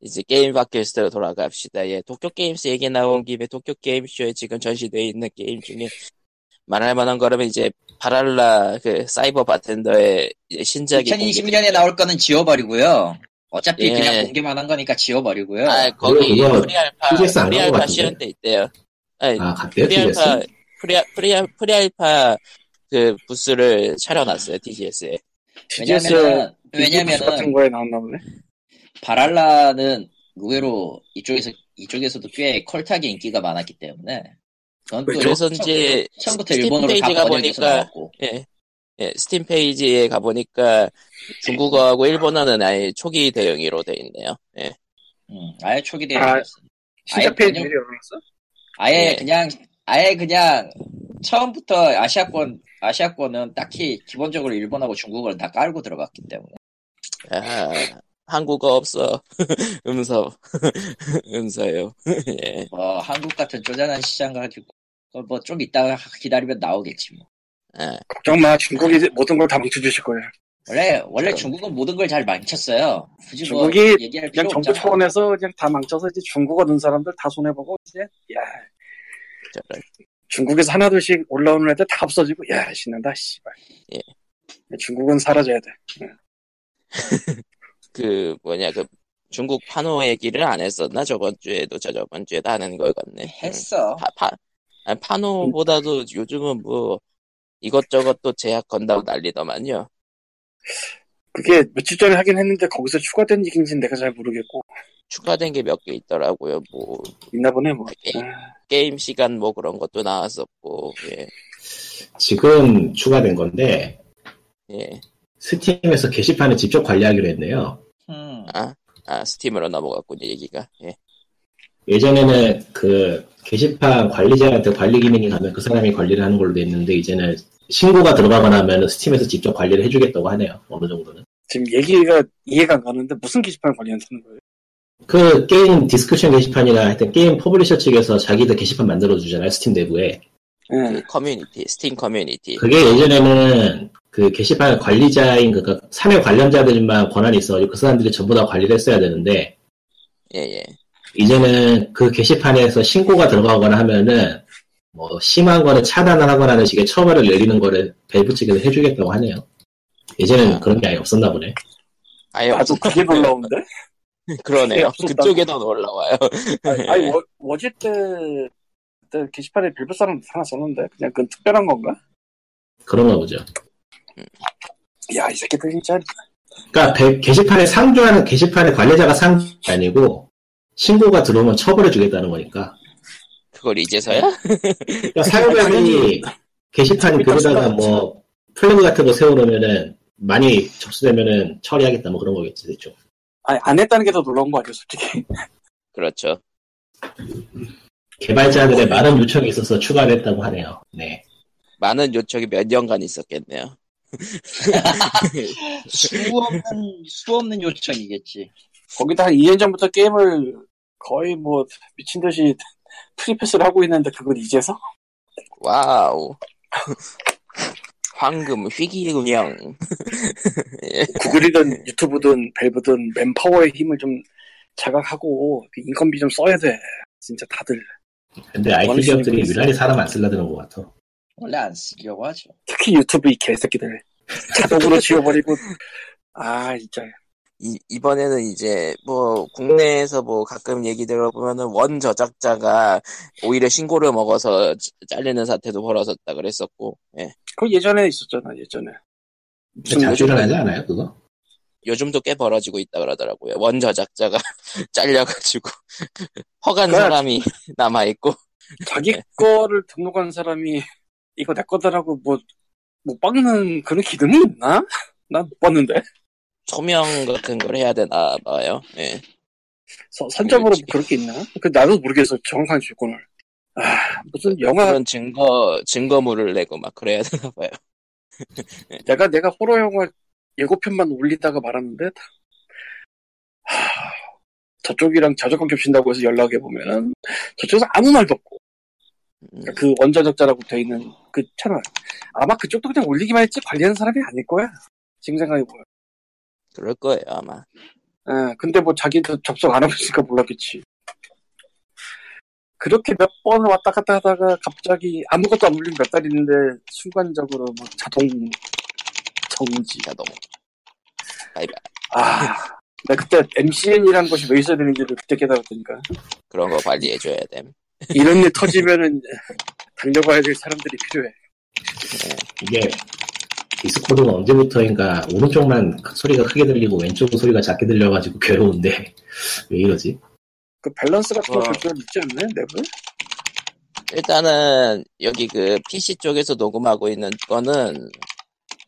Speaker 1: 이제 게임 바뀔 때로 돌아갑시다. 예, 도쿄 게임스 얘기 나온 김에 도쿄 게임 쇼에 지금 전시되어 있는 게임 중에 말할 만한 거라면 이제 바랄라 그 사이버 바텐더의 이제 신작이
Speaker 2: 2020년에 나올 거는 지워버리고요. 어차피
Speaker 1: 예.
Speaker 2: 그냥 공개만 한 거니까 지워버리고요.
Speaker 1: 아, 거기
Speaker 4: 그거
Speaker 1: 프리알파
Speaker 4: TGS 안나온것
Speaker 1: 프리알파
Speaker 4: 같은데.
Speaker 1: 시연대 있대요. 아니,
Speaker 4: 아, 갔대요, TBS?
Speaker 1: 프리알파 프리알 프리알 프리알파 그 부스를 차려놨어요 TGS에.
Speaker 3: TGS
Speaker 1: 그
Speaker 2: 왜냐면은
Speaker 3: 같은
Speaker 2: 왜냐면은
Speaker 3: 거에 나왔나 보네.
Speaker 2: 바랄라는 의외로 이쪽에서 이쪽에서도 꽤 컬타기 인기가 많았기 때문에 그건 또
Speaker 1: 그래서
Speaker 2: 처음-
Speaker 1: 이제
Speaker 2: 처음부터
Speaker 1: 스팀
Speaker 2: 일본으로 다
Speaker 1: 페이지가
Speaker 2: 번역해서
Speaker 1: 보니까
Speaker 2: 나왔고
Speaker 1: 예. 예, 스팀 페이지에 가보니까 중국어하고 일본어는 아예 초기 대응이로 돼 있네요. 예.
Speaker 2: 음, 아예 초기
Speaker 3: 아,
Speaker 2: 대회였어.
Speaker 3: 시작
Speaker 2: 아예
Speaker 3: 페이지
Speaker 2: 그냥-
Speaker 3: 열어놨어?
Speaker 2: 아예
Speaker 1: 예.
Speaker 2: 그냥 아예 그냥 처음부터 아시아권 아시아권은 딱히 기본적으로 일본하고 중국어를 다 깔고 들어갔기 때문에
Speaker 1: 아, 한국어 없어. 음서. 음서요. 예.
Speaker 2: 뭐 한국 같은 쪼잔한 시장 가지고 뭐 좀 이따가 기다리면 나오겠지 뭐.
Speaker 1: 아,
Speaker 3: 걱정 마 중국이 모든 걸 다 망쳐주실 거예요.
Speaker 2: 원래 원래
Speaker 1: 그럼.
Speaker 2: 중국은 모든 걸 잘 망쳤어요. 굳이 뭐
Speaker 3: 중국이
Speaker 2: 얘기할 필요
Speaker 3: 그냥 정부
Speaker 2: 없잖아.
Speaker 3: 차원에서 그냥 다 망쳐서 이제 중국어 넣은 사람들 다 손해보고 이제 야
Speaker 1: 저런.
Speaker 3: 중국에서 하나둘씩 올라오는 애들 다 없어지고 야 신난다 씨발.
Speaker 1: 예.
Speaker 3: 중국은 사라져야 돼.
Speaker 1: 그, 뭐냐, 그, 중국 판호 얘기를 안 했었나? 저번 주에도 저저번 주에도 하는 걸 같네. 음.
Speaker 2: 했어.
Speaker 1: 파, 파, 아니, 파노보다도 요즘은 뭐 이것저것 또 제약 건다고 난리더만요.
Speaker 3: 그게 며칠 전에 하긴 했는데 거기서 추가된 얘기인지 는 내가 잘 모르겠고
Speaker 1: 추가된 게 몇 개 있더라고요. 뭐
Speaker 3: 있나 보네 뭐.
Speaker 1: 예.
Speaker 3: 아,
Speaker 1: 게임 시간 뭐 그런 것도 나왔었고, 예,
Speaker 4: 지금 추가된 건데
Speaker 1: 예.
Speaker 4: 스팀에서 게시판을 직접 관리하기로 했네요.
Speaker 2: 음.
Speaker 1: 아, 아 스팀으로 넘어갔군요 얘기가.
Speaker 3: 네.
Speaker 1: 예,
Speaker 4: 예전에는 그 게시판 관리자한테 관리 기능이 가면 그 사람이 관리를 하는 걸로 돼 있는데 이제는 신고가 들어가거나 하면 스팀에서 직접 관리를 해주겠다고 하네요. 어느 정도는.
Speaker 3: 지금 얘기가 이해가 안 가는데 무슨 게시판 관리한다는 거예요?
Speaker 4: 그 게임 디스크립션 게시판이나 하여튼 게임 퍼블리셔 측에서 자기들 게시판 만들어주잖아요. 스팀 내부에.
Speaker 1: 그
Speaker 3: 예.
Speaker 1: 커뮤니티, 스팀 커뮤니티.
Speaker 4: 그게 예전에는 그 게시판 관리자인 그, 그 사내 관련자들만 권한이 있어가지고 그 사람들이 전부 다 관리를 했어야 되는데
Speaker 1: 예, 예.
Speaker 4: 이제는 그 게시판에서 신고가 들어가거나 하면은 뭐 심한 거는 차단을 하거나 하는 식의 처벌을 내리는 거를 밸브 측에서 해주겠다고 하네요. 예전에는 그런 게 아예 없었나 보네.
Speaker 1: 아예
Speaker 3: 나도 그게 놀라운데. 그게
Speaker 1: 그러네요.
Speaker 3: 없었다고.
Speaker 1: 그쪽에 더 올라와요.
Speaker 2: 예.
Speaker 3: 아니 워, 워즈 때 그때 게시판에 별별 사람 하나 썼는데 그냥 그건 특별한 건가?
Speaker 4: 그런가 보죠.
Speaker 3: 야 이 새끼들 진짜
Speaker 4: 그러니까 배- 게시판에 상주하는 게시판에 관리자가 상주 아니고 신고가 들어오면 처벌해주겠다는 거니까.
Speaker 1: 그걸 이제서야?
Speaker 3: 네.
Speaker 4: 그러니까 사용자들이 게시판 그러다가 뭐 플래그 같은 거 세워놓으면은 많이 접수되면은 처리하겠다 뭐 그런 거겠지 대충.
Speaker 3: 아니, 안 했다는 게 더 놀라운 거 아니에요 솔직히
Speaker 1: 그렇죠.
Speaker 4: 개발자들의 많은 요청이 있어서 추가됐다고 하네요. 네.
Speaker 1: 많은 요청이 몇 년간 있었겠네요.
Speaker 2: 수 없는 수 없는 요청이겠지.
Speaker 3: 거기다 한 2년 전부터 게임을 거의 뭐 미친 듯이 프리패스를 하고 있는데 그걸 이제서?
Speaker 1: 와우. 황금 휘기 운영.
Speaker 3: 구글이든 유튜브든 밸브든 맨파워의 힘을 좀 자각하고 그 인건비 좀 써야 돼 진짜 다들
Speaker 4: 근데 IT
Speaker 3: 원래
Speaker 4: 기업들이
Speaker 3: 있어요.
Speaker 4: 유난히 사람 안 쓸라드는 것 같아.
Speaker 2: 원래 안 쓰려고 하죠.
Speaker 3: 특히 유튜브 이 개새끼들 자동으로 지워버리고 아 진짜
Speaker 1: 이, 이번에는 이제 뭐 국내에서 뭐 가끔 얘기 들어보면은 원 저작자가 오히려 신고를 먹어서 자- 잘리는 사태도 벌어졌다 그랬었고 예.
Speaker 3: 그거 예전에 있었잖아 예전에 무슨
Speaker 4: 자주 일어나지 않아요 그거?
Speaker 1: 요즘도 꽤 벌어지고 있다 그러더라고요 원 저작자가 잘려가지고 허간
Speaker 3: 그-
Speaker 1: 사람이 남아 있고
Speaker 3: 자기 거를 등록한 사람이 이거 내 거다라고 뭐, 못 박는 그런 기능이 있나? 난 못 봤는데.
Speaker 1: 소명 같은 걸 해야 되나 봐요 예.
Speaker 3: 서- 선점으로
Speaker 1: 그렇지.
Speaker 3: 그렇게 있나? 그 나도 모르겠어. 정확한 조건을. 아, 무슨 영화,
Speaker 1: 그런 증거 증거물을 내고 막 그래야 되나 봐요
Speaker 3: 내가, 내가 호러 영화 예고편만 올리다가 말았는데, 하, 저쪽이랑 저작권 겹친다고 해서 연락해보면은, 저쪽에서 아무 말도 없고,
Speaker 1: 음,
Speaker 3: 그 원저작자라고 돼 있는 그 채널. 아마 그쪽도 그냥 올리기만 했지 관리하는 사람이 아닐 거야. 지금 생각해보면.
Speaker 1: 그럴 거예요 아마
Speaker 3: 예, 근데 뭐 자기도 접속 안 하고 있으니까 몰랐겠지. 그렇게 몇 번 왔다 갔다 하다가 갑자기 아무것도 안 울린 몇 달 있는데 순간적으로 뭐 자동 정지.
Speaker 1: 자동
Speaker 3: 아, 나 그때 MCN이라는 것이 왜 있어야 되는지를 그때 깨달았다니까.
Speaker 1: 그런 거 관리해 줘야 됨
Speaker 3: 이런 일 터지면은 달려가야 될 사람들이 필요해.
Speaker 4: 이게 디스코드는 언제부터인가 오른쪽만 그 소리가 크게 들리고 왼쪽 소리가 작게 들려가지고 괴로운데 왜 이러지?
Speaker 3: 그 밸런스 같은 거
Speaker 1: 어.
Speaker 3: 조절 있지 않나요? 랩을?
Speaker 1: 일단은 여기 그 PC 쪽에서 녹음하고 있는 거는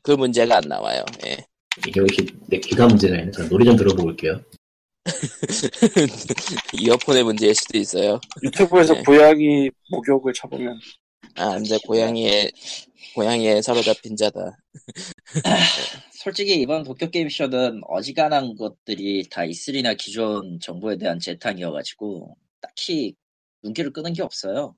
Speaker 1: 그 문제가 안 나와요. 예.
Speaker 4: 이게 왜 이렇게 내 귀가 문제네. 자, 노래 좀 들어보고 올게요.
Speaker 1: 이어폰의 문제일 수도 있어요.
Speaker 3: 유튜브에서
Speaker 1: 네.
Speaker 3: 고양이 목욕을 쳐보면
Speaker 1: 아, 이제 고양이에 고양이에 사로잡힌 자다.
Speaker 2: 솔직히 이번 도쿄 게임쇼는 어지간한 것들이 다 E3나 기존 정보에 대한 재탕이어가지고 딱히 눈길을 끄는 게 없어요.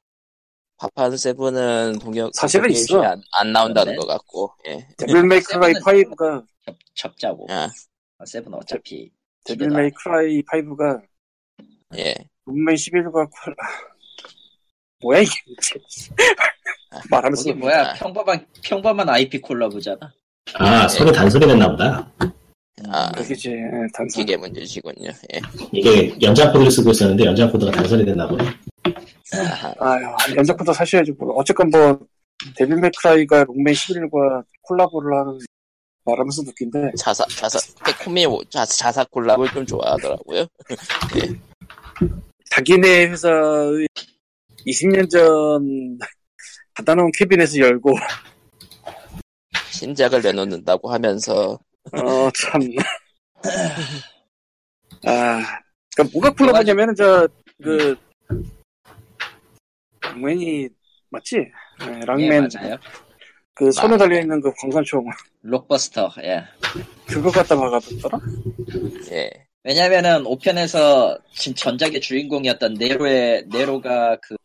Speaker 1: 파판 세븐은 동역
Speaker 3: 사실은
Speaker 1: 동역
Speaker 3: 있어.
Speaker 1: 게임이 안, 안 나온다는
Speaker 2: 네.
Speaker 1: 것 같고. 예.
Speaker 3: 데빌메이 크라이
Speaker 2: 세븐은-
Speaker 3: 5가
Speaker 2: 접, 접자고.
Speaker 1: 아,
Speaker 2: 아, 세븐 어차피 기대도 안
Speaker 3: 데빌메이
Speaker 2: 해.
Speaker 3: 크라이 5가
Speaker 1: 예.
Speaker 3: 분명히 11과 콜 뭐야 이게 대체. 말하면서
Speaker 2: 이게 뭐야
Speaker 1: 아.
Speaker 2: 평범한 평범한 IP 콜라보잖아.
Speaker 4: 아, 소리 단소리 냈나 보다.
Speaker 1: 아,
Speaker 2: 뭐, 음,
Speaker 3: 그게지 예, 단순
Speaker 1: 기계 문제시군요. 예.
Speaker 4: 이게 연장 코드를 쓰고 있었는데 연장 코드가 단소리 냈나 보네.
Speaker 1: 아하.
Speaker 3: 아유 연작부터 사셔야지 뭐 어쨌건 뭐 데빌메이 크라이가 롱맨 11과 콜라보를 하는 말하면서 느낀데
Speaker 1: 자사 자사 코미 자 자사 콜라보를 좀 좋아하더라고요.
Speaker 3: 자기네 회사의 20년 전 받아놓은 캐빈에서 열고
Speaker 1: 신작을 내놓는다고 하면서
Speaker 3: 어, 참. 아, 그니까 뭐가 콜라보냐면, 저, 그, 랑맨이, 맞지? 네, 랑맨,
Speaker 2: 예, 맞아요.
Speaker 3: 그 손에 달려있는 그 광산총,
Speaker 2: 록버스터. 예.
Speaker 3: 그거 갖다 박아뒀더라?
Speaker 1: 예.
Speaker 2: 왜냐면은 5편에서 지금 전작의 주인공이었던 네로의 네로가 그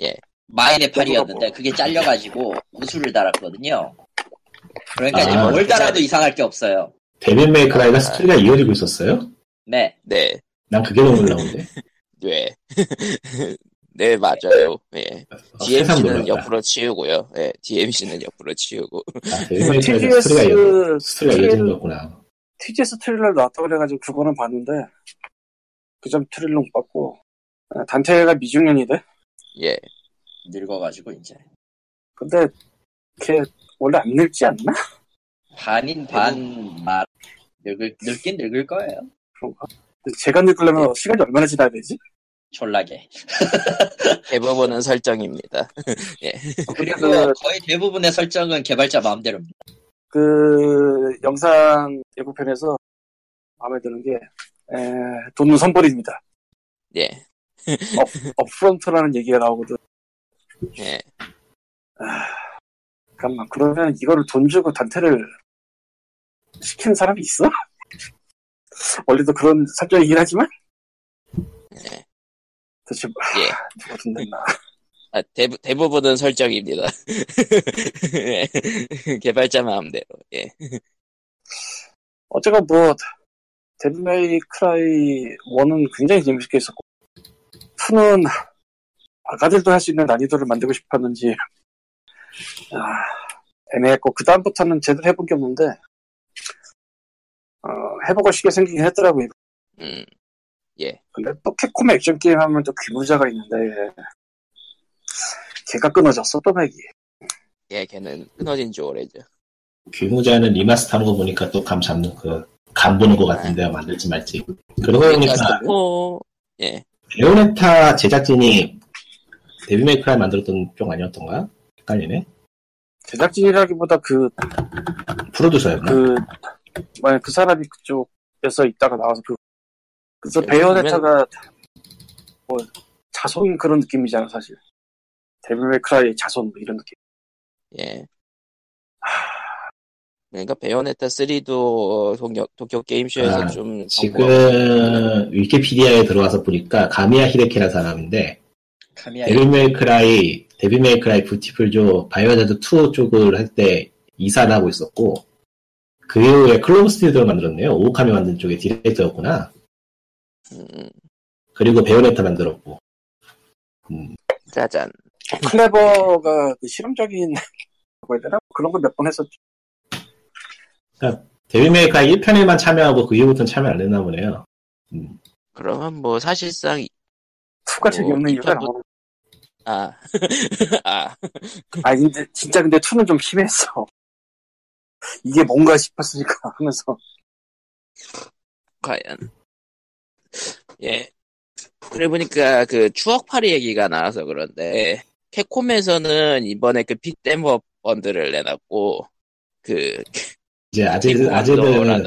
Speaker 1: 예.
Speaker 2: 마인의
Speaker 3: 네로가
Speaker 2: 팔이었는데
Speaker 3: 뭐.
Speaker 2: 그게 잘려가지고 우수를 달았거든요. 그러니까 이제
Speaker 4: 아.
Speaker 2: 뭘 달아도 이상할 게 없어요.
Speaker 4: 데빌 메이크라이가 스토리가 이어지고 있었어요?
Speaker 2: 네.
Speaker 1: 네.
Speaker 4: 난 그게 너무 놀라운데.
Speaker 1: 네. 네, 맞아요. 예.
Speaker 4: 아, 세상
Speaker 1: DMC는
Speaker 4: 놀랍다.
Speaker 1: 옆으로 치우고요. 예, DMC는 옆으로 치우고.
Speaker 4: 아, 데빌 메이크라이가 스토리가, 이어,
Speaker 3: TGS,
Speaker 4: 스토리가 이어진 거구나.
Speaker 3: TGS 트릴러 나왔다고 그래가지고 그거는 봤는데, 그 점 트릴러 못 봤고, 아, 단테가 미중년이 돼?
Speaker 1: 예.
Speaker 2: 늙어가지고 이제
Speaker 3: 근데, 걔, 원래 안 늙지 않나?
Speaker 2: 반인 반말 늙을 늙긴 늙을 거예요.
Speaker 3: 그런가? 제가 늙으려면 시간이 얼마나 지나야 되지?
Speaker 2: 졸라게.
Speaker 1: 대부분은 설정입니다.
Speaker 2: 그리고
Speaker 3: 그-
Speaker 2: 거의 대부분의 설정은 개발자 마음대로입니다.
Speaker 3: 그 영상 예고편에서 마음에 드는 게 에, 돈 선불입니다.
Speaker 1: 예.
Speaker 3: 업프론트라는 얘기가 나오거든. 아,
Speaker 1: 예.
Speaker 3: 잠깐만 그러면 이거를 돈 주고 단태를 시키는 사람이 있어? 원래도 그런 설정이긴 하지만
Speaker 1: 예.
Speaker 3: 도대체 뭐-
Speaker 1: 예.
Speaker 3: 누가 돈 냈나?
Speaker 1: 아, 대부, 대부분은 설정입니다. 예. 개발자 마음대로. 예.
Speaker 3: 어쨌건 뭐 데빌메이 크라이 1은 굉장히 재밌게 했었고 2는 아가들도 할 수 있는 난이도를 만들고 싶었는지 아, 애매했고 그 다음부터는 제대로 해본 게 없는데 어, 해보고 싶게 생기긴 했더라고요
Speaker 1: 음.
Speaker 3: 근데 또 캡콤 액션 게임 하면 또 귀물자가 있는데 걔가 끊어졌어 또 맥이
Speaker 1: 예, 걔는 끊어진 지 오래죠.
Speaker 4: 귀무자는 리마스터하는 거 보니까 또 감 잡는 그, 감 보는 거 같은데 만들지 말지. 그러고 보니까
Speaker 1: 스토, 예.
Speaker 4: 레오네타 제작진이 데빌 메이크라이 만들었던 쪽 아니었던가? 헷갈리네.
Speaker 3: 제작진이라기보다 그
Speaker 4: 프로듀서였나?
Speaker 3: 그 만약 그 사람이 그쪽에서 있다가 나와서 그 그래서
Speaker 1: 예,
Speaker 3: 베요네타가 뭐 자손 그런 느낌이잖아 사실 데빌메 크라이 자손 뭐 이런 느낌
Speaker 1: 예. 그러니까 베요네타 3도 동역, 도쿄 게임쇼에서
Speaker 4: 아,
Speaker 1: 좀 정보가-
Speaker 4: 지금 위키피디아에 들어와서 보니까 가미야 히데키라는 사람인데
Speaker 2: 카미야
Speaker 1: 예.
Speaker 4: 데빌 메이크라이 데빌 메이크라이 부티풀조 바이오자드 2 쪽을 할 때 이사를 하고 있었고 그 이후에 클로브 스튜디오를 만들었네요 오카미 만든 쪽에 디렉터였구나
Speaker 1: 음, 음.
Speaker 4: 그리고 베오네타 만들었고 음,
Speaker 1: 짜잔.
Speaker 3: 클레버가 그 실험적인 뭐야 되나 그런 거 몇 번 했었죠
Speaker 4: 데빌 메이크라이 1편에만 참여하고 그 이후부터는 참여 안 했나 보네요
Speaker 1: 그러면 뭐 사실상
Speaker 3: 투가
Speaker 1: 뭐,
Speaker 3: 재미없는 이유가
Speaker 1: 이편도-
Speaker 3: 나오는
Speaker 1: 아, 아,
Speaker 3: 아 근데 진짜 근데 투는 좀 심했어. 이게 뭔가 싶었으니까 하면서
Speaker 1: 과연. 예. 그래 보니까 그 추억팔이 얘기가 나와서
Speaker 4: 네.
Speaker 1: 그런데, 캡콤에서는 이번에 그 빅댐버 번들을 내놨고, 그,
Speaker 4: 이제 아재들, 아재들은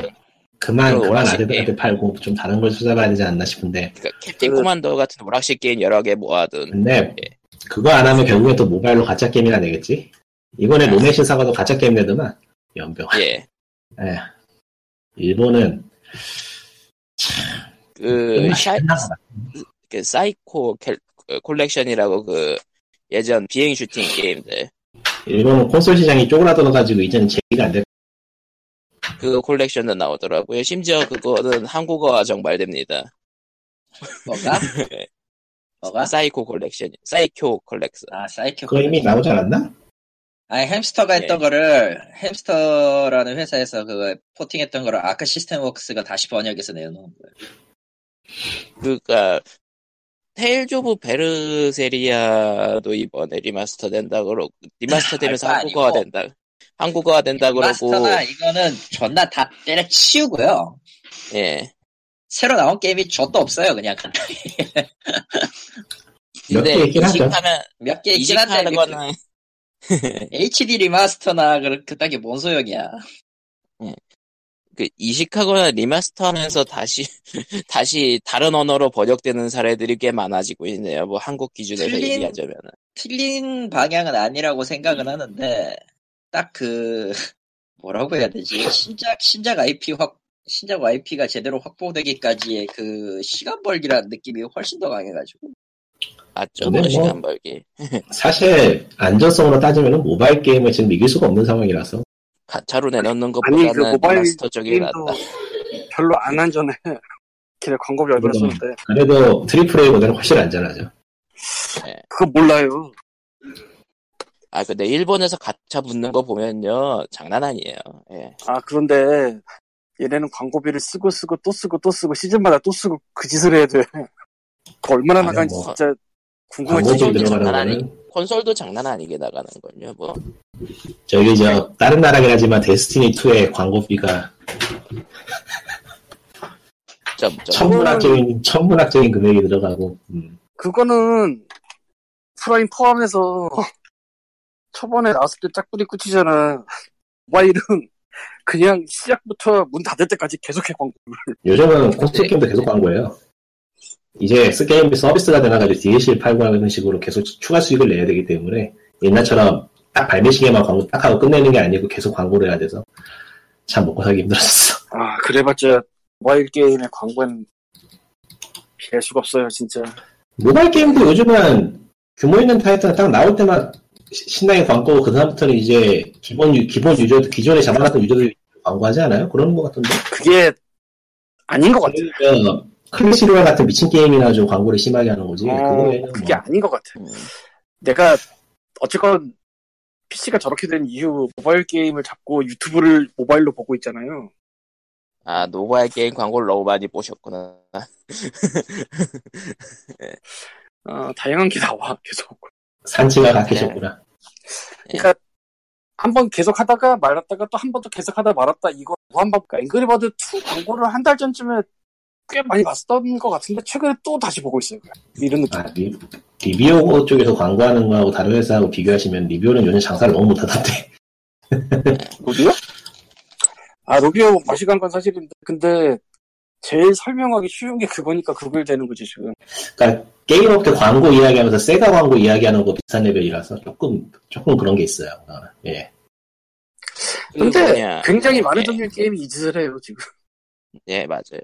Speaker 4: 그만, 그만 아재들한테 팔고 좀 다른 걸 찾아봐야 되지 않나 싶은데.
Speaker 1: 그러니까 캡틴 코만도 같은 오락실 게임 여러 개 모아둔
Speaker 4: 근데 그거 안 하면 결국엔 또 모바일로 가짜 게임이나 내겠지? 이번에 노네신 사과도 가짜 게임 내더만. 연병.
Speaker 1: 예.
Speaker 4: 예. 일본은
Speaker 1: 그,
Speaker 4: 끝맛이
Speaker 1: 샤,
Speaker 4: 끝나서
Speaker 1: 그 사이코 캘- 그 콜렉션이라고 그 예전 비행 슈팅 게임들
Speaker 4: 일본은 콘솔 시장이 쪼그라들어가지고 이제는 재미가 안 돼.
Speaker 1: 그 콜렉션도 나오더라고요. 심지어 그거는 한국어가 정발됩니다.
Speaker 2: 뭐가? 뭐가?
Speaker 1: 사이코 콜렉션, 사이코 콜렉션.
Speaker 2: 아, 사이키오.
Speaker 4: 그거 이미 나오지 않았나?
Speaker 2: 아니, 햄스터가 했던
Speaker 1: 예.
Speaker 2: 거를, 햄스터라는 회사에서 그거 포팅했던 거를 아크 시스템 워크스가 다시 번역해서 내놓은 거예요.
Speaker 1: 그니까 아, 테일즈 오브 베르세리아도 이번에 리마스터 된다 그러고 리마스터 되면서
Speaker 2: 아,
Speaker 1: 한국어가
Speaker 2: 아니고.
Speaker 1: 된다. 한국어가 된다 그러고
Speaker 2: 마스터가 이거는 존나 다 때려치우고요.
Speaker 1: 예.
Speaker 2: 새로 나온 게임이 좆도 없어요, 그냥.
Speaker 4: 몇개
Speaker 1: 근데
Speaker 4: 있긴 하죠.
Speaker 1: 이직하면
Speaker 2: 몇 개 예, 있긴 한데,
Speaker 1: 이직하는 거는
Speaker 2: HD 리마스터나 그, 그딴 게 뭔 소용이야.
Speaker 1: 그 이식하거나 리마스터하면서 다시 다시 다른 언어로 번역되는 사례들이 꽤 많아지고 있네요. 뭐 한국 기준에서
Speaker 2: 틀린-
Speaker 1: 얘기하자면
Speaker 2: 틀린 방향은 아니라고
Speaker 1: 음.
Speaker 2: 생각은 하는데 딱 그 뭐라고 해야 되지 신작 신작 IP 확 신작 IP가 제대로 확보되기까지의 그 시간 벌기라는 느낌이 훨씬 더 강해가지고
Speaker 1: 맞죠? 뭐
Speaker 4: 근데 뭐-
Speaker 1: 시간 벌기
Speaker 4: 사실 안전성으로 따지면 모바일 게임을 지금 이길 수가 없는 상황이라서
Speaker 1: 가차로 내놓는
Speaker 3: 아니
Speaker 1: 것보다는
Speaker 3: 그 모바일
Speaker 1: 리마스터 쪽이
Speaker 3: 게임도
Speaker 1: 낫다.
Speaker 3: 별로 안 안전해. 걔네 광고비 얼마나
Speaker 4: 그럼.
Speaker 3: 썼는데
Speaker 4: 그래도 트리플 A보다는 훨씬 안전하죠.
Speaker 3: 그거 몰라요.
Speaker 1: 아 근데 일본에서 가차 붙는 거 보면요 장난 아니에요. 예.
Speaker 3: 아 그런데 얘네는 광고비를 쓰고 쓰고 또 쓰고 또 쓰고 시즌마다 또 쓰고 그 짓을 해야 돼. 그 얼마나
Speaker 4: 아니,
Speaker 3: 나간지
Speaker 4: 뭐,
Speaker 3: 진짜 궁금하지.
Speaker 4: 광고비
Speaker 1: 콘솔도
Speaker 4: 들어가는
Speaker 1: 장난 아니-
Speaker 4: 거는
Speaker 1: 콘솔도 장난 아니게 나가는 걸요. 뭐
Speaker 4: 저기 저 다른 나라긴 하지만 데스티니 2의 광고비가
Speaker 1: 점점
Speaker 4: 천문학적인 천문학적인 금액이 들어가고 음.
Speaker 3: 그거는 프라임 포함해서 초반에 나왔을 때 짝불이 끝이잖아. 모바일은 그냥 시작부터 문 닫을 때까지 계속해 광고를.
Speaker 4: 요즘은 콘솔 게임도 계속 광고예요. 이제 스 게임이 서비스가 되나가지고 DLC를 팔고 하는 식으로 계속 추가 수익을 내야 되기 때문에 옛날처럼 딱 발매 시기에만 광고 딱 하고 끝내는 게 아니고 계속 광고를 해야 돼서 참 먹고 살기 힘들었어.
Speaker 3: 아 그래봤자 모바일 게임의 광고는 피할 수가 없어요 진짜.
Speaker 4: 모바일 게임도 요즘은 규모 있는 타이틀 딱 나올 때만 시- 신나게 광고 그 다음부터는 이제 기본 유, 기본 유저 기존에 잡아놨던 유저들 광고하지 않아요? 그런 것 같던데.
Speaker 3: 그게 아닌 것 같아.
Speaker 4: 그러니까 클래시로라 같은 미친 게임이나 좀 광고를 심하게 하는 거지. 그거
Speaker 3: 어,
Speaker 4: 외에는
Speaker 3: 그게
Speaker 4: 뭐
Speaker 3: 아닌 것 같아.
Speaker 1: 음.
Speaker 3: 내가 어쨌건 PC가 저렇게 된 이유 모바일 게임을 잡고 유튜브를 모바일로 보고 있잖아요.
Speaker 1: 아 노바일 게임 광고를 너무 많이 보셨구나.
Speaker 3: 어, 다양한 게 나와 계속.
Speaker 4: 산치가 깎이셨구나.
Speaker 3: 한 번 계속 하다가 말았다가 또 한 번 또 계속 하다 말았다 이거 뭐 무한반복 앵그리버드 2 광고를 한 달 전쯤에 꽤 많이 봤던 것 같은데 최근에 또 다시 보고 있어요 이런 느낌
Speaker 4: 아, 리, 리뷰 쪽에서 광고하는 거하고 다른 회사하고 비교하시면 리뷰는 요즘 장사를 너무 못하던데.
Speaker 3: 로비오? 아 로비오 맛이 간 건 사실인데 근데 제일 설명하기 쉬운 게 그거니까 그걸 되는 거지 지금
Speaker 4: 그러니까 게임업계 광고 이야기하면서 세가 광고 이야기하는 거 비슷한 레벨이라서 조금 조금 그런 게 있어요. 어, 예.
Speaker 3: 근데
Speaker 1: 그리고 뭐냐.
Speaker 3: 굉장히 많은
Speaker 1: 예.
Speaker 3: 종류의 게임이 이 짓을 해요 지금
Speaker 1: 예, 맞아요.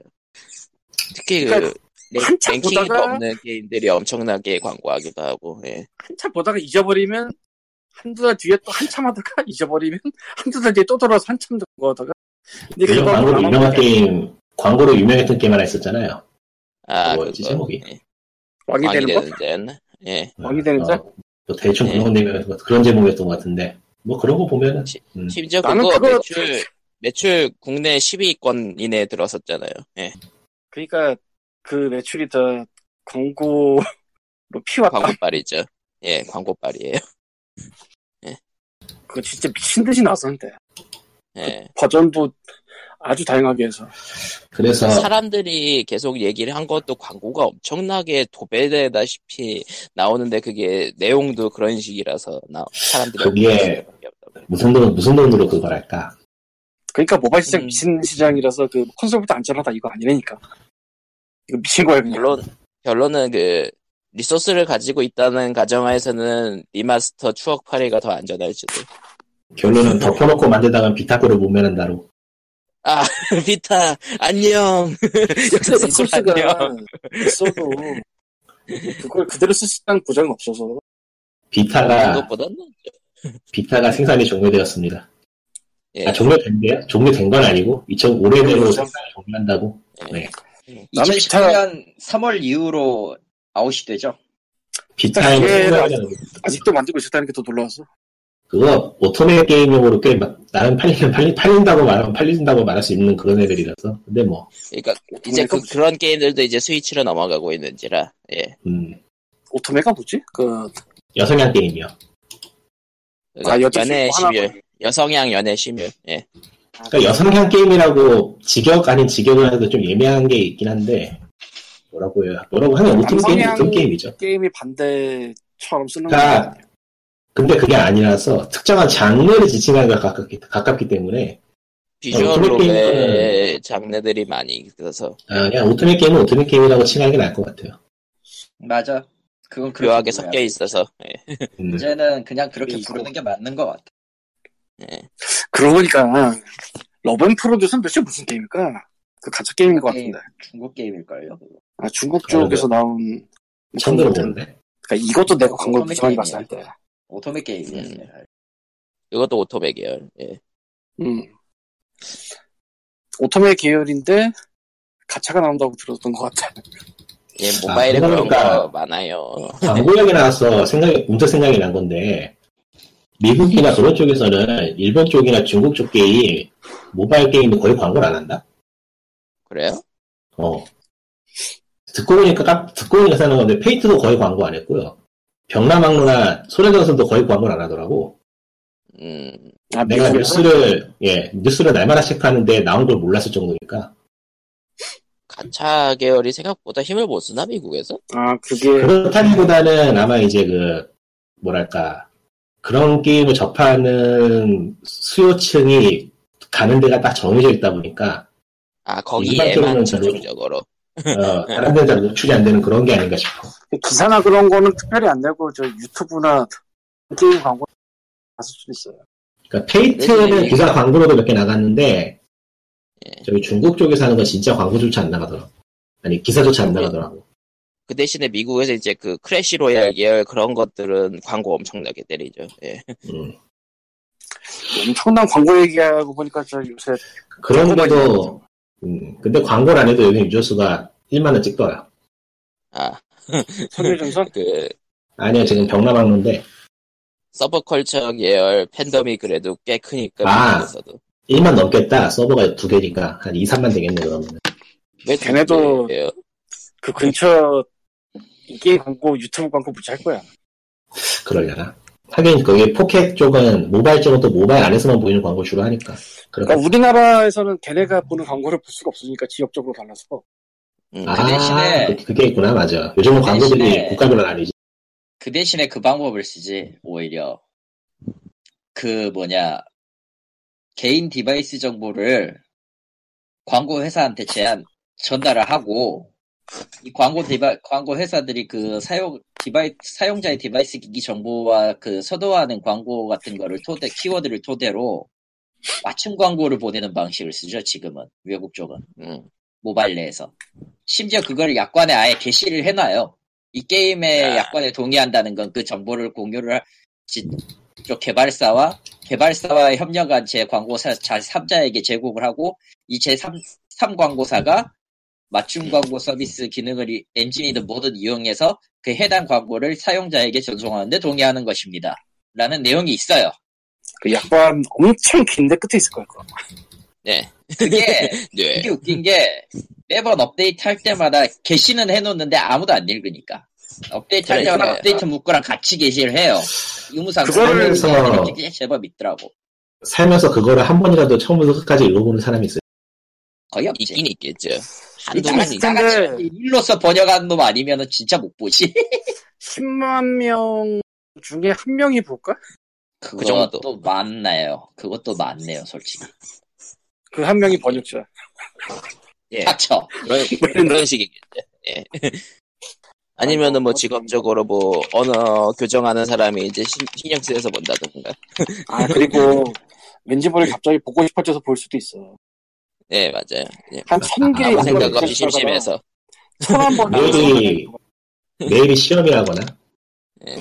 Speaker 1: 특히
Speaker 3: 그러니까
Speaker 1: 그 랭-
Speaker 3: 한참
Speaker 1: 랭킹에도
Speaker 3: 보다가-
Speaker 1: 없는 게임들이 엄청나게 광고하기도 하고, 예.
Speaker 3: 한참 보다가 잊어버리면 한두 달 뒤에 또 한참 하다가 잊어버리면 한두 달 뒤에 또 돌아서 한참 더 하다가 근데
Speaker 4: 요즘
Speaker 3: 그거
Speaker 4: 광고로
Speaker 3: 남아보니까
Speaker 4: 유명한 게임 광고로 유명했던 게임 하나 있었잖아요.
Speaker 1: 아,
Speaker 4: 뭐였지,
Speaker 1: 그거.
Speaker 4: 제목이?
Speaker 1: 예.
Speaker 3: 왕이
Speaker 1: 왕이
Speaker 3: 되는 거?
Speaker 1: 되는 젠. 예.
Speaker 3: 왕이 되는 네. 자?
Speaker 4: 어, 뭐 대충
Speaker 1: 예.
Speaker 4: 그런 내용이었던 것 같- 그런 제목이었던 것 같은데 뭐 그런 거 보면은 음.
Speaker 1: 심지어
Speaker 3: 나는
Speaker 1: 그거
Speaker 3: 그거-
Speaker 1: 매출, 매출 국내 10위권 이내에 들었었잖아요. 예.
Speaker 3: 그러니까 그 매출이 다 광고로 피왔다.
Speaker 1: 광고빨이죠. 예, 광고빨이에요.
Speaker 3: 그거 진짜 미친 듯이 나서는데
Speaker 1: 예.
Speaker 3: 버전도 아주 다양하게 해서
Speaker 4: 그래서
Speaker 1: 사람들이 계속 얘기를 한 것도 광고가 엄청나게 도배되다시피 나오는데 그게 내용도 그런 식이라서 나 사람들이
Speaker 4: 그게 무슨 돈 무슨 돈으로 그걸 할까?
Speaker 3: 그러니까 모바일 시장
Speaker 1: 음.
Speaker 3: 미친 시장이라서 그 콘솔부터 안전하다 이거 아니라니까 이거 미친 거야 그냥
Speaker 1: 결론 결론은 그 리소스를 가지고 있다는 가정하에서는 리마스터 추억 파리가 더 안전할지도.
Speaker 4: 결론은 덮어놓고 만들다간 비타코를 못 면한다로.
Speaker 1: 아 비타 안녕. 역사 속으로 안녕.
Speaker 3: 리소스가 있어도 그걸 그대로 쓸 수 있다는 보장은 없어서
Speaker 4: 비타가
Speaker 1: 그것보다는
Speaker 4: 비타가 생산이 종료되었습니다.
Speaker 1: 예.
Speaker 4: 아, 종료된 게 종료된 건 아니고 2005년 내로 생산을 종료한다고. 네.
Speaker 3: 나는
Speaker 2: 2017년 3월 이후로 아웃이 되죠.
Speaker 4: 비타의
Speaker 3: 비타 기회를
Speaker 4: 생산이
Speaker 3: 아직도 만들고 있었다는 게 더 놀라워서
Speaker 4: 그거 오토메 게임용으로 꽤 막, 나름 팔리는 팔리, 팔린다고 말하면 팔린다고 말할 수 있는 그런 애들이라서 근데 뭐
Speaker 1: 그러니까 이제 그,
Speaker 3: 오토메이가-
Speaker 1: 그런 게임들도 이제 스위치로 넘어가고 있는지라 예.
Speaker 4: 음,
Speaker 3: 오토메가 뭐지? 그
Speaker 4: 여성향 게임이요.
Speaker 1: 그러니까
Speaker 3: 아, 여자
Speaker 1: 연애
Speaker 3: 친구 하나
Speaker 1: 심율 여성향 연애 심율 예.
Speaker 3: 아,
Speaker 4: 그러니까 여성향 게임이라고 직역 아닌 직역을 해도 좀 예매한 게 있긴 한데 뭐라고 해야 뭐라고 하면 오토 게임
Speaker 3: 남성향-
Speaker 4: 오토 게임이죠.
Speaker 3: 게임이 반대처럼 쓰는
Speaker 4: 그러니까
Speaker 3: 거
Speaker 4: 근데 그게 아니라서 특정한 장르를 지칭하는 걸 가깝기, 가깝기 때문에
Speaker 1: 비주얼로
Speaker 4: 오토메이
Speaker 1: 의 장르들이 많이 있어서
Speaker 4: 아, 그냥 오토메 게임은 오토메 게임이라고 칭하는 게 나을 것 같아요.
Speaker 2: 맞아. 그건 그렇게
Speaker 1: 묘하게
Speaker 2: 불러요.
Speaker 1: 섞여 있어서 예.
Speaker 4: 음.
Speaker 2: 이제는 그냥 그렇게
Speaker 3: 그게 있고.
Speaker 2: 부르는 게 맞는 것 같아.
Speaker 1: 예.
Speaker 3: 그러고 보니까 러벤 프로듀스는 도대체 무슨 게임일까? 그 가짜 게임인 것 같은데
Speaker 2: 중국 게임일걸요. 그거.
Speaker 3: 아, 중국 쪽에서 나온
Speaker 4: 처음 들어보는데
Speaker 3: 그러니까 이것도 내가 광고를
Speaker 2: 게임이야.
Speaker 3: 무지하게 봤을 때
Speaker 2: 오토메
Speaker 1: 음.
Speaker 2: 게임이었어요.
Speaker 1: 이것도 오토백 계열 예.
Speaker 3: 음. 오토메 계열인데 가차가 나온다고 들었던 것 같아.
Speaker 1: 예, 모바일에 그런
Speaker 4: 그러니까-
Speaker 1: 거 많아요
Speaker 4: 광고력이 나와서 생각이 문득 생각이 난 건데 미국이나 그런 쪽에서는 일본 쪽이나 중국 쪽 게임 모바일 게임이 거의 광고를 안 한다.
Speaker 1: 그래요?
Speaker 4: 어. 듣고 보니까 깜- 듣고 보니까 사는 건데 페이트도 거의 광고 안 했고요. 병남항로나 소래전선도 거의 광고를 안 하더라고.
Speaker 1: 음,
Speaker 3: 아,
Speaker 4: 내가
Speaker 3: 미국에서?
Speaker 4: 뉴스를 예 뉴스를 날마다 체크하는데 나온 걸 몰랐을 정도니까
Speaker 1: 가차 계열이 생각보다 힘을 못 쓰나 미국에서?
Speaker 3: 아 그게
Speaker 4: 그렇다기보다는 아마 이제 그 뭐랄까 그런 게임을 접하는 수요층이 가는 데가 딱 정해져 있다 보니까
Speaker 1: 아 거기에만
Speaker 4: 일반적으로는 별로-
Speaker 1: 전적으로
Speaker 4: 어, 다른 데는 잘 노출이 안 되는 그런 게 아닌가 싶어.
Speaker 3: 기사나 그런 거는 특별히 안 내고 저 유튜브나 게임 광고 봤을 수도 있어요.
Speaker 4: 그러니까 페이트는
Speaker 1: 네.
Speaker 4: 기사 광고로도 몇 개 나갔는데 저기 중국 쪽에서 하는 건 진짜 광고조차 안 나가더라고. 아니 기사조차 안 나가더라고.
Speaker 1: 그 대신에 미국에서 이제 그 크래시 로얄 계열 그런 것들은 광고 엄청나게 때리죠 예.
Speaker 4: 음.
Speaker 3: 엄청난 광고 얘기하고 보니까 저 요새
Speaker 4: 그런데도 음, 근데 광고를 안 해도 여기 유저수가 1만 원 찍더라.
Speaker 1: 아그 그
Speaker 3: 선유증선
Speaker 4: 아니야 지금 병나방인데
Speaker 1: 서브컬처 계열 팬덤이 그래도 꽤 크니까
Speaker 4: 아.
Speaker 1: 미국에서도
Speaker 4: 1만 넘겠다. 서버가 두 개니까 한 2, 3만 되겠네 그러면.
Speaker 1: 왜
Speaker 3: 걔네도-
Speaker 1: 중국이에요?
Speaker 3: 그 근처 이 게임 광고 유튜브 광고 무지 할 거야.
Speaker 4: 그러려나. 하긴 거기 포켓 쪽은 모바일 쪽은 또 모바일 안에서만 보이는 광고 주로 하니까. 그러니까
Speaker 3: 그러니까 우리나라에서는 걔네가 보는 광고를 볼 수가 없으니까 지역적으로 달라서
Speaker 1: 음,
Speaker 4: 아,
Speaker 2: 그 대신에-
Speaker 4: 그- 그게 있구나 맞아. 요즘은
Speaker 2: 그
Speaker 4: 광고들이
Speaker 2: 대신에-
Speaker 4: 국가별로 아니지.
Speaker 2: 그 대신에 그 방법을 쓰지 오히려 그 뭐냐 개인 디바이스 정보를 광고 회사한테 제한 전달을 하고 이 광고 디바 광고 회사들이 그 사용 디바이 사용자의 디바이스 기기 정보와 그 서도하는 광고 같은 거를 토대 키워드를 토대로 맞춤 광고를 보내는 방식을 쓰죠 지금은 외국 쪽은
Speaker 1: 음.
Speaker 2: 모바일 내에서 심지어 그걸 약관에 아예 게시를 해놔요. 이 게임의
Speaker 1: 야.
Speaker 2: 약관에 동의한다는 건 그 정보를 공유를 할- 지- 쪽 개발사와 개발사와 협력한 제 광고사 자 3자에게 제공을 하고 이제3 광고사가 맞춤 광고 서비스 기능을 이- 엔진이든 뭐든 이용해서 그 해당 광고를 사용자에게 전송하는데 동의하는 것입니다. 라는 내용이 있어요.
Speaker 3: 그 약간 엄청 긴데 끝에 있을 거야. 그거.
Speaker 2: 그게
Speaker 1: 네.
Speaker 2: 이게 웃긴 게 매번 업데이트 할 때마다 게시는 해놓는데 아무도 안 읽으니까 업데이트 하려면
Speaker 1: 그러니까요.
Speaker 2: 업데이트 문구랑 같이 게시를 해요. 의무상
Speaker 3: 그거를
Speaker 2: 그래서
Speaker 4: 해서-
Speaker 2: 이렇게 제법 있더라고.
Speaker 4: 살면서 그거를 한 번이라도 처음부터 끝까지 읽어보는 사람이 있어요.
Speaker 2: 거의 없지.
Speaker 1: 있긴 있겠죠.
Speaker 2: 이
Speaker 1: 한두 명
Speaker 2: 따가지-
Speaker 1: 있
Speaker 2: 따가지 일로서 번역한 놈 아니면은 진짜 못 보지.
Speaker 3: 10만 명 중에 한 명이 볼까?
Speaker 2: 그것도
Speaker 1: 정도.
Speaker 2: 많나요? 그것도 많네요, 솔직히.
Speaker 3: 그 한 명이 번역자.
Speaker 1: 예.
Speaker 2: 닥쳐.
Speaker 1: 그런, 그런 식이겠죠. 예. 아니면은 뭐 직업적으로 뭐 언어 교정하는 사람이 이제 신, 신경 쓰여서 본다던가.
Speaker 3: 아 그리고 왠지 모르게 갑자기 보고 싶어져서 볼 수도 있어.
Speaker 1: 네 맞아요. 예.
Speaker 3: 한 천 개의
Speaker 1: 아무
Speaker 4: 이거는
Speaker 1: 생각 없이 심심해서.
Speaker 3: 천한 번.
Speaker 4: 내일이 내일이 시험이라거나.
Speaker 1: 예.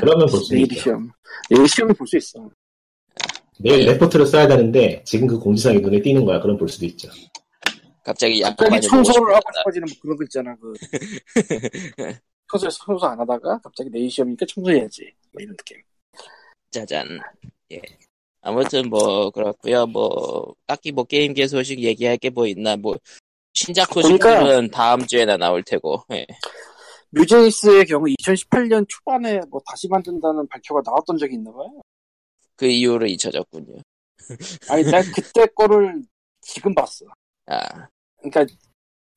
Speaker 4: 그러면 볼 수
Speaker 3: 내일이
Speaker 4: 있죠.
Speaker 3: 시험. 내일 시험을 볼 수 있어.
Speaker 4: 내일 레포트를 써야 되는데 지금 그 공지상이 눈에 띄는 거야. 그럼 볼 수도 있죠.
Speaker 1: 갑자기
Speaker 3: 갑자기
Speaker 1: 양반이
Speaker 3: 청소를 하고 싶어지는 뭐 그런 거 있잖아. 그 청소에서 청소 안 하다가 갑자기 내일 시험이니까 청소해야지. 뭐 이런 느낌.
Speaker 1: 짜잔. 예. 아무튼 뭐 그렇고요. 뭐 딱히 뭐 게임계 소식 얘기할 게 뭐 있나 뭐 신작 소식들은
Speaker 3: 그러니까-
Speaker 1: 다음 주에나 나올 테고. 예.
Speaker 3: 뮤제이스의 경우 2018년 초반에 뭐 다시 만든다는 발표가 나왔던 적이 있나 봐요.
Speaker 1: 그 이후로 잊혀졌군요.
Speaker 3: 아니 난 그때 거를 지금 봤어.
Speaker 1: 아
Speaker 3: 그러니까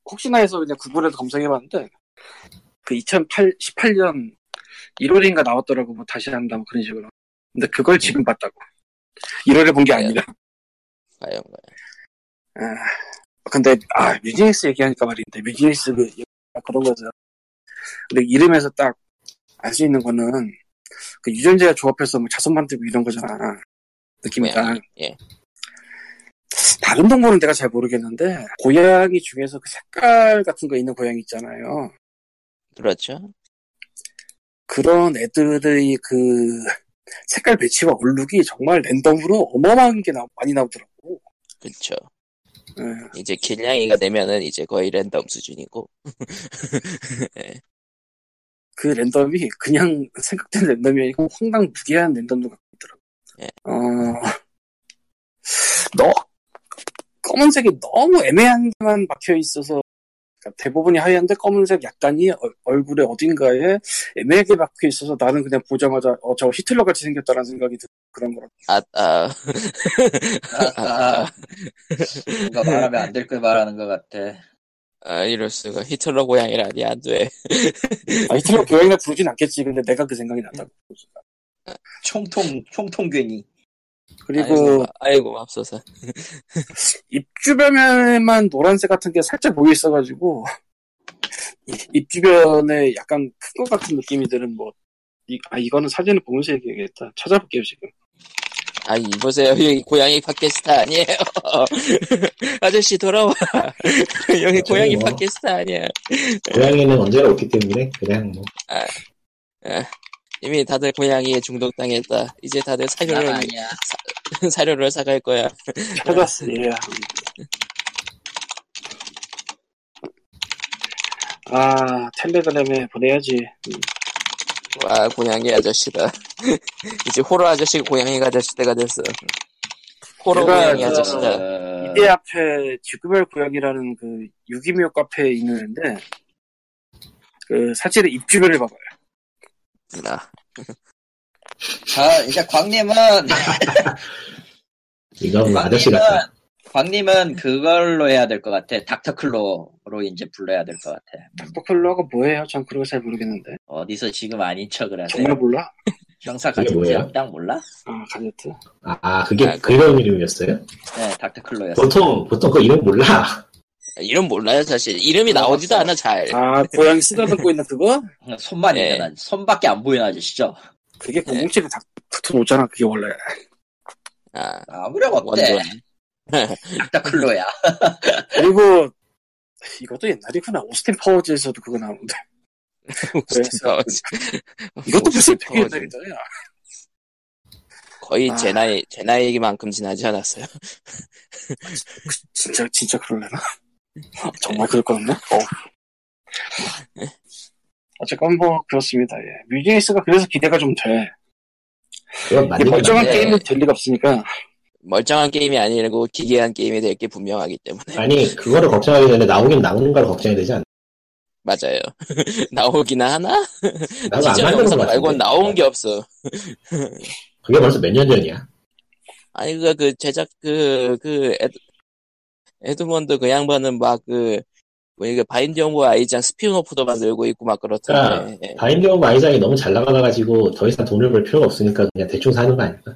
Speaker 3: 혹시나 해서 그냥 구글에서 검색해봤는데 그 2018년 1월인가 나왔더라고 뭐 다시 한다 뭐 그런 식으로. 근데 그걸 지금 봤다고. 1월에 본 게 아니라. 예.
Speaker 1: 과연 과연.
Speaker 3: 아, 근데 아 뮤지니스 얘기하니까 말인데 뮤지니스 그 그런 거죠. 근데 이름에서 딱 알 수 있는 거는 그 유전자 조합해서 뭐 자손 만들고 이런 거잖아. 느낌이
Speaker 1: 네,
Speaker 3: 딱.
Speaker 1: 예.
Speaker 3: 다른 동물은 내가 잘 모르겠는데 고양이 중에서 그 색깔 같은 거 있는 고양이 있잖아요.
Speaker 1: 그렇죠.
Speaker 3: 그런 애들의 그 색깔 배치와 얼룩이 정말 랜덤으로 어마어마한 게 나- 많이 나오더라고.
Speaker 1: 그렇죠.
Speaker 3: 예.
Speaker 1: 이제 길냥이가 되면은 이제 거의 랜덤 수준이고
Speaker 3: 그 랜덤이 그냥 생각된 랜덤이 아니고 황당 무계한 랜덤도 갖고 있더라고.
Speaker 1: 예.
Speaker 3: 어, 너 검은색이 너무 애매한 데만 박혀 있어서 그러니까 대부분이 하얀데 검은색 약간이 얼- 얼굴에 어딘가에 애매하게 박혀 있어서 나는 그냥 보자마자 어, 저 히틀러 같이 생겼다라는 생각이 드는 그런 거라.
Speaker 1: 아아
Speaker 2: 아, 뭔가 말하면 안 될 걸 말하는 것 같아.
Speaker 1: 아, 이럴 수가 히틀러 고양이라니 안돼
Speaker 3: 아, 히틀러 교양이나 부르진 않겠지. 근데 내가 그 생각이 났다고.
Speaker 2: 총통, 총통괜히.
Speaker 3: 그리고
Speaker 1: 아이고 맙소사
Speaker 3: 입 주변에만 노란색 같은 게 살짝 모여 있어가지고 입 주변에 약간 큰 것 같은 느낌이 드는 뭐 이, 아 이거는 사진을 보면서 얘기하겠다 찾아볼게요 지금
Speaker 1: 아 이보세요 여기 고양이 팟캐스트 아니에요 아저씨 돌아와 여기 고양이
Speaker 4: 뭐.
Speaker 1: 팟캐스트 아니야
Speaker 4: 고양이는 언제나 없기 때문에 그냥 뭐
Speaker 1: 이미 다들 고양이에 중독당했다 이제 다들
Speaker 2: 난
Speaker 1: 사료를
Speaker 2: 아니야.
Speaker 1: 사료를 사갈 거야
Speaker 3: 찾았어 예. 아 텔레그램에 보내야지
Speaker 1: 와 고양이 아저씨다 이제 호러 아저씨 고양이가 아저씨 때가 됐어 호러
Speaker 3: 내가
Speaker 1: 고양이
Speaker 3: 그-
Speaker 1: 아저씨다
Speaker 2: 어,
Speaker 3: 이대 앞에 지구별 고양이라는 그 유기묘 카페에 있는 데그 사진의 입 주변을 봐봐요
Speaker 1: 나.
Speaker 2: 자, 이제 광님은,
Speaker 4: 이거 뭐 아저씨 같다.
Speaker 2: 광님은 그걸로 해야 될 것 같아. 닥터클로로 이제 불러야 될 것 같아.
Speaker 3: 닥터클로가 뭐예요 전 그런 거 잘 모르겠는데
Speaker 2: 어디서 지금 아닌 척을 하세요?
Speaker 3: 정말 몰라
Speaker 2: 형사
Speaker 4: 그게
Speaker 2: 같은
Speaker 4: 뭐예요?
Speaker 2: 딱 몰라?
Speaker 3: 아 가제트
Speaker 4: 아, 아, 그게
Speaker 1: 아,
Speaker 4: 그런 이름이었어요?
Speaker 2: 네, 닥터클로였어.
Speaker 4: 보통 보통 그 이름 몰라.
Speaker 1: 이름 몰라요 사실 이름이 나오지도 않아 잘
Speaker 3: 아, 고양이 쓰다듬고 있는 그거?
Speaker 2: 손만
Speaker 1: 네.
Speaker 2: 있잖아. 손밖에 안 보이는 아저씨죠?
Speaker 3: 그게 공공책에 다 붙어놓잖아, 그게 원래.
Speaker 1: 아,
Speaker 2: 아무렴 어때?
Speaker 1: 원돈
Speaker 2: 닥터클로야.
Speaker 3: 그리고, 이것도 옛날이구나. 오스틴 파워즈에서도 그거 나오는데. 그래서 이것도 무슨 되게 옛날이잖아.
Speaker 1: 거의 제
Speaker 3: 아.
Speaker 1: 나이 제 나이만큼 지나지 않았어요.
Speaker 3: 진짜, 진짜 그럴래나? 정말 그럴 거였나? 어. 어쨌건 뭐, 그렇습니다. 예. 뮤지니스가 그래서 기대가 좀 돼.
Speaker 4: 그건
Speaker 3: 이게
Speaker 4: 맞는 건
Speaker 3: 멀쩡한
Speaker 4: 맞네.
Speaker 1: 맞네.
Speaker 3: 게임은 될 리가 없으니까.
Speaker 1: 멀쩡한 게임이 아니고 기괴한 게임이 될 게 분명하기 때문에
Speaker 4: 아니 그거를 걱정하기 전에 나오긴 나오는 걸 걱정이 되지 않나?
Speaker 1: 맞아요. 나오기나 하나?
Speaker 4: 나도 안
Speaker 1: 진짜
Speaker 4: 만든 거
Speaker 1: 영상
Speaker 4: 같은데.
Speaker 1: 말고는 나온 게 없어.
Speaker 4: 그게 벌써 몇 년 전이야.
Speaker 1: 아니 그, 그 제작 그, 그 에드, 에드먼드 그 양반은 막 그 뭐 이게 바인드 영화 아이장 스피노프도 만들고 있고 막
Speaker 3: 아.
Speaker 1: 그렇던데. 예.
Speaker 4: 바인드 오브 아이작이 너무 잘 나가가지고 더 이상 돈을 벌 필요가 없으니까 그냥 대충 사는 거 아닐까?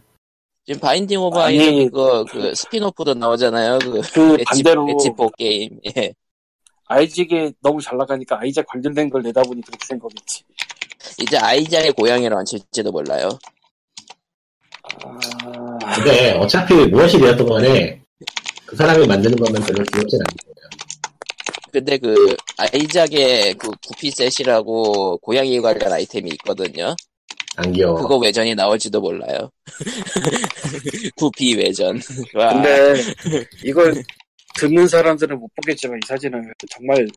Speaker 1: 지금 바인딩 오브
Speaker 3: 아니.
Speaker 1: 아이는 그거 그 스피노프도 나오잖아요. 그
Speaker 3: 그
Speaker 1: 엣지,
Speaker 3: 반대로
Speaker 1: 엣지포 게임. 예.
Speaker 3: 아이작이 너무 잘 나가니까 아이작 관련된 걸 내다보니 그렇게 된 거겠지.
Speaker 1: 이제 아이장의 고향이라는 질지도 몰라요.
Speaker 3: 아,
Speaker 4: 근데 어차피 무엇이 되었던 간에 그 사람이 만드는 거면 별로 귀엽진 않아요.
Speaker 1: 근데 그 아이작의 그 구피 셋이라고 고양이 관련 아이템이 있거든요.
Speaker 4: 안 귀여워.
Speaker 1: 그거 뭐 외전이 나올지도 몰라요. 구피 외전. 와.
Speaker 3: 근데 이걸 듣는 사람들은 못 보겠지만 이 사진은 정말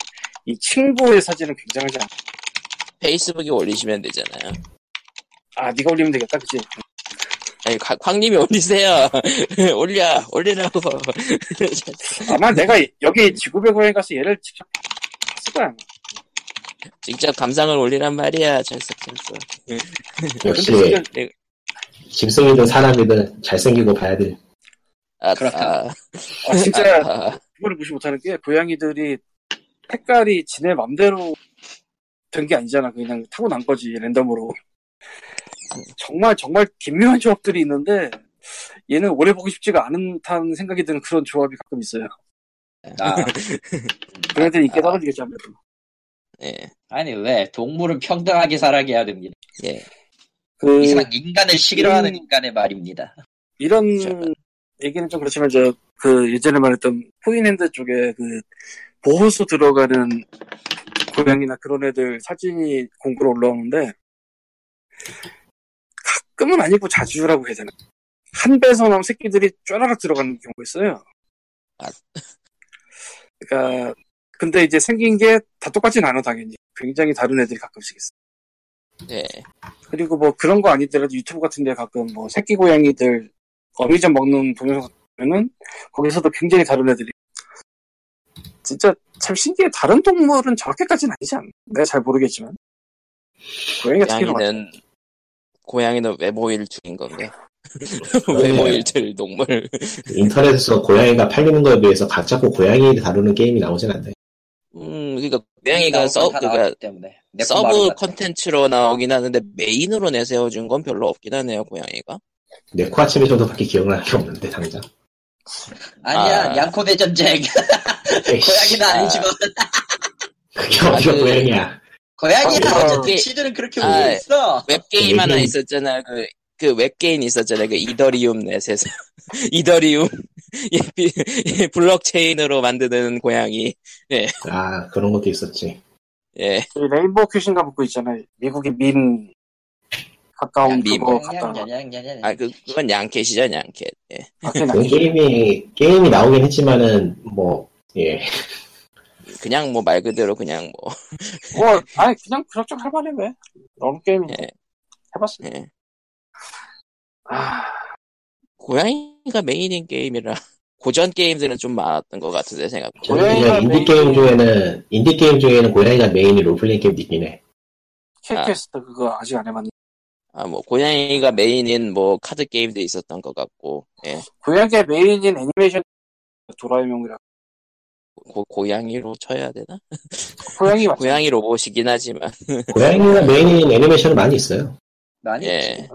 Speaker 3: 이 친구의 사진은 굉장하지 않아.
Speaker 1: 페이스북에 올리시면 되잖아요.
Speaker 3: 아, 네가 올리면 되겠다, 그치?
Speaker 1: 아니 곽- 광님이 올리세요. 올려 올리라고.
Speaker 3: 아마 내가 여기 지구별 고향에 가서 얘를 직접 봤을 거야. 아마.
Speaker 1: 직접 감상을 올리란 말이야. 네, 잘석 잘석.
Speaker 3: 근데
Speaker 4: 역시
Speaker 3: 지금
Speaker 4: 짐승이든 사람이든 잘생기고 봐야 돼.
Speaker 1: 아,
Speaker 2: 그렇다.
Speaker 1: 아,
Speaker 3: 아, 진짜
Speaker 1: 아, 아.
Speaker 3: 그걸 무시 못하는 게 고양이들이 색깔이 지네 맘대로 된 게 아니잖아. 그냥 타고난 거지 랜덤으로. 정말 정말 기묘한 조합들이 있는데 얘는 오래 보고 싶지가 않은 듯한 생각이 드는 그런 조합이 가끔 있어요.
Speaker 2: 아,
Speaker 3: 그런데 이게 떨어지겠지 아무래도.
Speaker 1: 예.
Speaker 2: 아니 왜 동물은 평등하게 살아게 해야 됩니다.
Speaker 3: 그
Speaker 2: 이상 인간을 싫어하는
Speaker 3: 음.
Speaker 2: 인간의 말입니다.
Speaker 3: 이런
Speaker 1: 잠깐.
Speaker 3: 얘기는 좀 그렇지만 저 그 예전에 말했던 포인핸드 쪽에 그 보호소 들어가는 고양이나 그런 애들 사진이 공고로 올라오는데 가끔은 아니고 자주라고 해야 되나 한 배에서 나온 새끼들이 쫘라락 들어가는 경우가 있어요.
Speaker 1: 아.
Speaker 3: 그러니까 근데 이제 생긴 게 다 똑같진 않아 당연히 굉장히 다른 애들이 가끔씩 있어.
Speaker 1: 네.
Speaker 3: 그리고 뭐 그런 거 아니더라도 유튜브 같은 데 가끔 뭐 새끼 고양이들 어미점 먹는 동영상 보면은 거기서도 굉장히 다른 애들이 진짜 참 신기해 다른 동물은 저렇게까지는 아니지 않나 내가 잘 모르겠지만 고양이 같은 경우는
Speaker 1: 고양이는 고양이는 외모 일출인 건가? 외모 일출 동물.
Speaker 4: 인터넷에서 고양이가 팔리는 거에 비해서 가짜고 고양이를 다루는 게임이 나오진 않네.
Speaker 1: 음, 그러니까 고양이가 서
Speaker 2: 나온 건다
Speaker 1: 그러니까
Speaker 2: 나왔기 때문에 내
Speaker 1: 서브
Speaker 2: 서브
Speaker 1: 컨텐츠로 나오긴 하는데 메인으로 내세워준 건 별로 없긴 하네요 고양이가.
Speaker 4: 내 코아침이 정도밖에 기억나는 게 없는데 당장.
Speaker 2: 아니야
Speaker 1: 아.
Speaker 2: 양코 대전쟁
Speaker 4: 에이씨,
Speaker 2: 고양이는 아니지만
Speaker 4: 그게 어디가
Speaker 1: 아, 그-
Speaker 4: 고양이야.
Speaker 2: 고양이는
Speaker 3: 아,
Speaker 2: 어쨌든
Speaker 1: 그-
Speaker 2: 시들은 그렇게
Speaker 1: 아,
Speaker 2: 오고 있어.
Speaker 1: 웹게임 하나
Speaker 4: 웹게임.
Speaker 1: 있었잖아요 그. 그 웹게임 있었잖아요. 그 이더리움 넷에서. 이더리움. 예, 비- 예, 블록체인으로 만드는 고양이.
Speaker 4: 아 그런 것도 있었지.
Speaker 1: 예.
Speaker 3: 저희 레인보우 큐신가 먹고 있잖아요 미국의 민 가까운
Speaker 1: 민.
Speaker 3: 그거 갔다
Speaker 1: 아, 그, 그건 양캣이죠, 양캣. 예.
Speaker 3: 밖에
Speaker 4: 그 게임이 게임이 나오긴 했지만은 뭐예
Speaker 1: 그냥 뭐 말 그대로 그냥 뭐.
Speaker 3: 뭐 아니 그냥 그럭저럭 할만해 왜 너무 게임
Speaker 1: 예.
Speaker 3: 해봤어
Speaker 1: 예.
Speaker 3: 아
Speaker 1: 고양이가 메인인 게임이라 고전 게임들은 좀 많았던 것 같은데 생각보다
Speaker 3: 고양이가
Speaker 4: 저는 인디
Speaker 3: 메인-
Speaker 4: 게임 중에는 인디 게임 중에는 고양이가 메인이 롤플레잉 게임 있긴 해.
Speaker 3: 캡캐스트 그거 아직 안 해봤는데
Speaker 1: 아 뭐 고양이가 메인인 뭐 카드 게임도 있었던 것 같고 예
Speaker 3: 고양이의 메인인 애니메이션 도라에몽이라
Speaker 1: 고, 고양이로 쳐야 되나
Speaker 3: 고양이 맞죠?
Speaker 1: 고양이 로봇이긴 하지만
Speaker 4: 고양이가 메인인 애니메이션은 많이 있어요.
Speaker 2: 많이
Speaker 1: 예.
Speaker 2: 있지.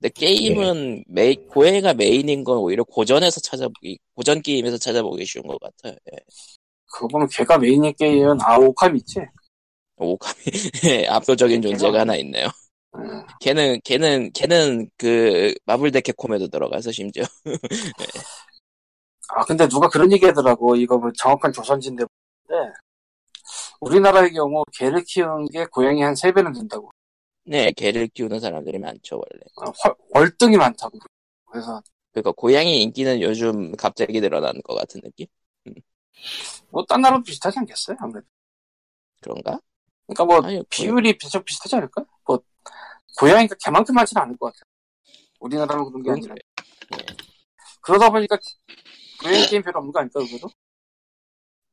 Speaker 1: 근데 게임은 메 고양이가 메인인 건 오히려 고전에서 찾아보기 고전 게임에서 찾아보기 쉬운 것 같아요 예.
Speaker 3: 그거 보면 걔가 메인인 게임은 아 오캄 있지?
Speaker 1: 오감이 예, 압도적인 존재가 아. 하나 있네요 걔는 걔는 걔는 그 마블 데캡콤에도 들어가서 심지어
Speaker 3: 아 근데 누가 그런 얘기하더라고 이거 뭐 정확한 조선지인데 모르겠는데 우리나라의 경우 개를 키우는 게 고양이 한 세배는 된다고
Speaker 1: 네 개를 키우는 사람들이 많죠 원래
Speaker 3: 아, 헐- 월등히 많다고 그래서
Speaker 1: 그러니까 고양이 인기는 요즘 갑자기 늘어난 것 같은 느낌?
Speaker 3: 뭐 딴 나라도 비슷하지 않겠어요? 아무래도
Speaker 1: 그런가?
Speaker 3: 그러니까 뭐
Speaker 1: 아니, 어, 비율...
Speaker 3: 비율이 비슷, 비슷하지 않을까? 뭐 고양이가 개만큼 많지는 않을 것 같아요 우리나라는 그런 게 아니라 그러다 보니까 고양이 게임 별로 없는 거 아닐까 그래도?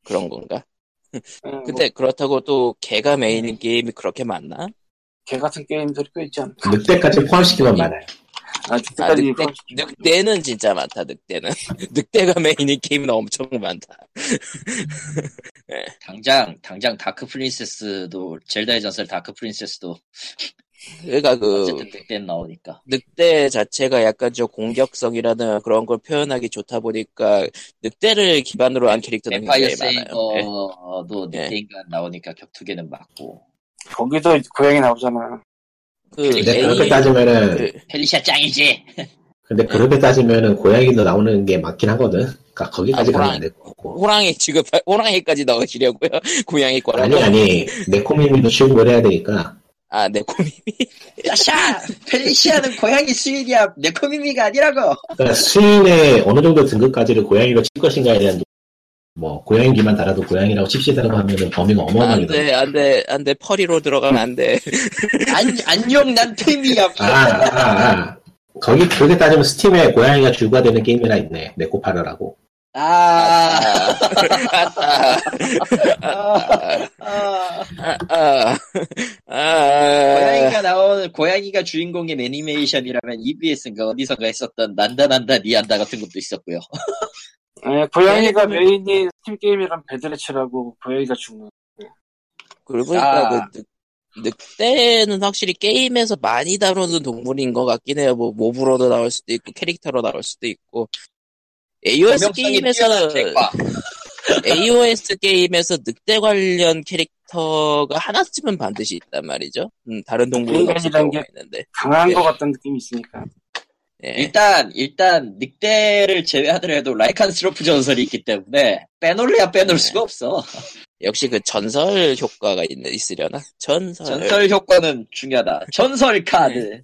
Speaker 1: 그런 건가?
Speaker 3: 예, 뭐
Speaker 1: 근데 그렇다고 또 걔가 메인인 게임이 그렇게 많나?
Speaker 3: 개 같은 게임들이 꽤 있지 않나.
Speaker 4: 늑대까지
Speaker 3: 그
Speaker 4: 포함시키면 많아요.
Speaker 3: 아,
Speaker 1: 아,
Speaker 3: 그때까지
Speaker 1: 늑대, 늑대는 진짜 많다, 늑대는. 늑대가 메인인 게임은 엄청 많다.
Speaker 2: 당장 당장 다크 프린세스도 젤다의 전설 다크 프린세스도
Speaker 1: 그러니까 그,
Speaker 2: 어쨌든 늑대 나오니까
Speaker 1: 늑대 자체가 약간 좀 공격성이라는 그런 걸 표현하기 좋다 보니까 늑대를 기반으로 한 캐릭터는
Speaker 2: 네, 뱀파이어
Speaker 1: 굉장히 많아요. 예.
Speaker 2: 세이버도
Speaker 1: 예.
Speaker 2: 늑대 인간 나오니까 격투기는 맞고
Speaker 3: 거기도 이제 고양이 나오잖아.
Speaker 1: 그,
Speaker 4: 근데 그렇게
Speaker 1: 애니,
Speaker 4: 따지면은
Speaker 1: 그,
Speaker 2: 펠리샤 짱이지.
Speaker 4: 근데 그렇게 따지면은 고양이도 나오는 게 맞긴 하거든. 그러니까 거기까지
Speaker 1: 아,
Speaker 4: 가면
Speaker 1: 고양이.
Speaker 4: 안 될 것 같고.
Speaker 1: 호랑이 지급, 호랑이까지 넣으시려고요? 고양이
Speaker 4: 아니
Speaker 3: 그러니까
Speaker 1: 거라고?
Speaker 4: 아니 네코미미도 취급을 해야 되니까
Speaker 1: 아, 내 고민.
Speaker 2: 야샤! 펠리시아는 고양이 수인이야. 네코미미가 아니라고.
Speaker 4: 그러니까 수인의 어느 정도 등급까지를 고양이로 칠 것인가에 대한 뭐 고양이기만 달아도 고양이라고 칩시다라고 하면은
Speaker 3: 아,
Speaker 4: 범위가
Speaker 1: 안
Speaker 4: 뭐
Speaker 3: 네.
Speaker 4: 어마어마하거든.
Speaker 1: 돼, 안 돼, 안 돼. 퍼리로 들어가면 안 돼.
Speaker 2: 안, 안녕, 난 페미야.
Speaker 4: 아, 아, 아. 거기 그렇게 따지면 스팀에 고양이가 주가 되는 게임이나 있네. 네코파라라고.
Speaker 2: 아,
Speaker 1: 아,
Speaker 2: 아, 아.
Speaker 1: 아, 아, 아.
Speaker 2: 고양이가 나온, 고양이가 주인공인 애니메이션이라면 EBS인가 어디선가 했었던 난다, 난다, 니안다 같은 것도 있었고요.
Speaker 3: 예, 고양이가
Speaker 1: 네.
Speaker 3: 메인인 스팀 게임이란 배드레치라고 고양이가 죽는.
Speaker 1: 그러고 보니까
Speaker 2: 아.
Speaker 1: 그 늑, 대는 확실히 게임에서 많이 다루는 동물인 것 같긴 해요. 뭐 모브로도 나올 수도 있고 캐릭터로 나올 수도 있고. AOS
Speaker 2: 범용성이 뛰어난
Speaker 1: 게임에서
Speaker 2: 개과.
Speaker 1: AOS 게임에서 늑대 관련 캐릭터가 하나쯤은 반드시 있단 말이죠. 음, 다른 동물은 없을
Speaker 3: 인간이라는
Speaker 1: 경우가 있는데.
Speaker 3: 강한
Speaker 1: 네.
Speaker 3: 것 같다는 느낌이 있으니까.
Speaker 1: 예.
Speaker 2: 일단, 일단, 늑대를 제외하더라도 라이칸스로프 전설이 있기 때문에
Speaker 1: 네.
Speaker 2: 빼놓을래야 빼놓을 수가 없어.
Speaker 1: 역시 그 전설 효과가 있, 있으려나? 전설.
Speaker 2: 전설 효과는 중요하다. 전설 카드.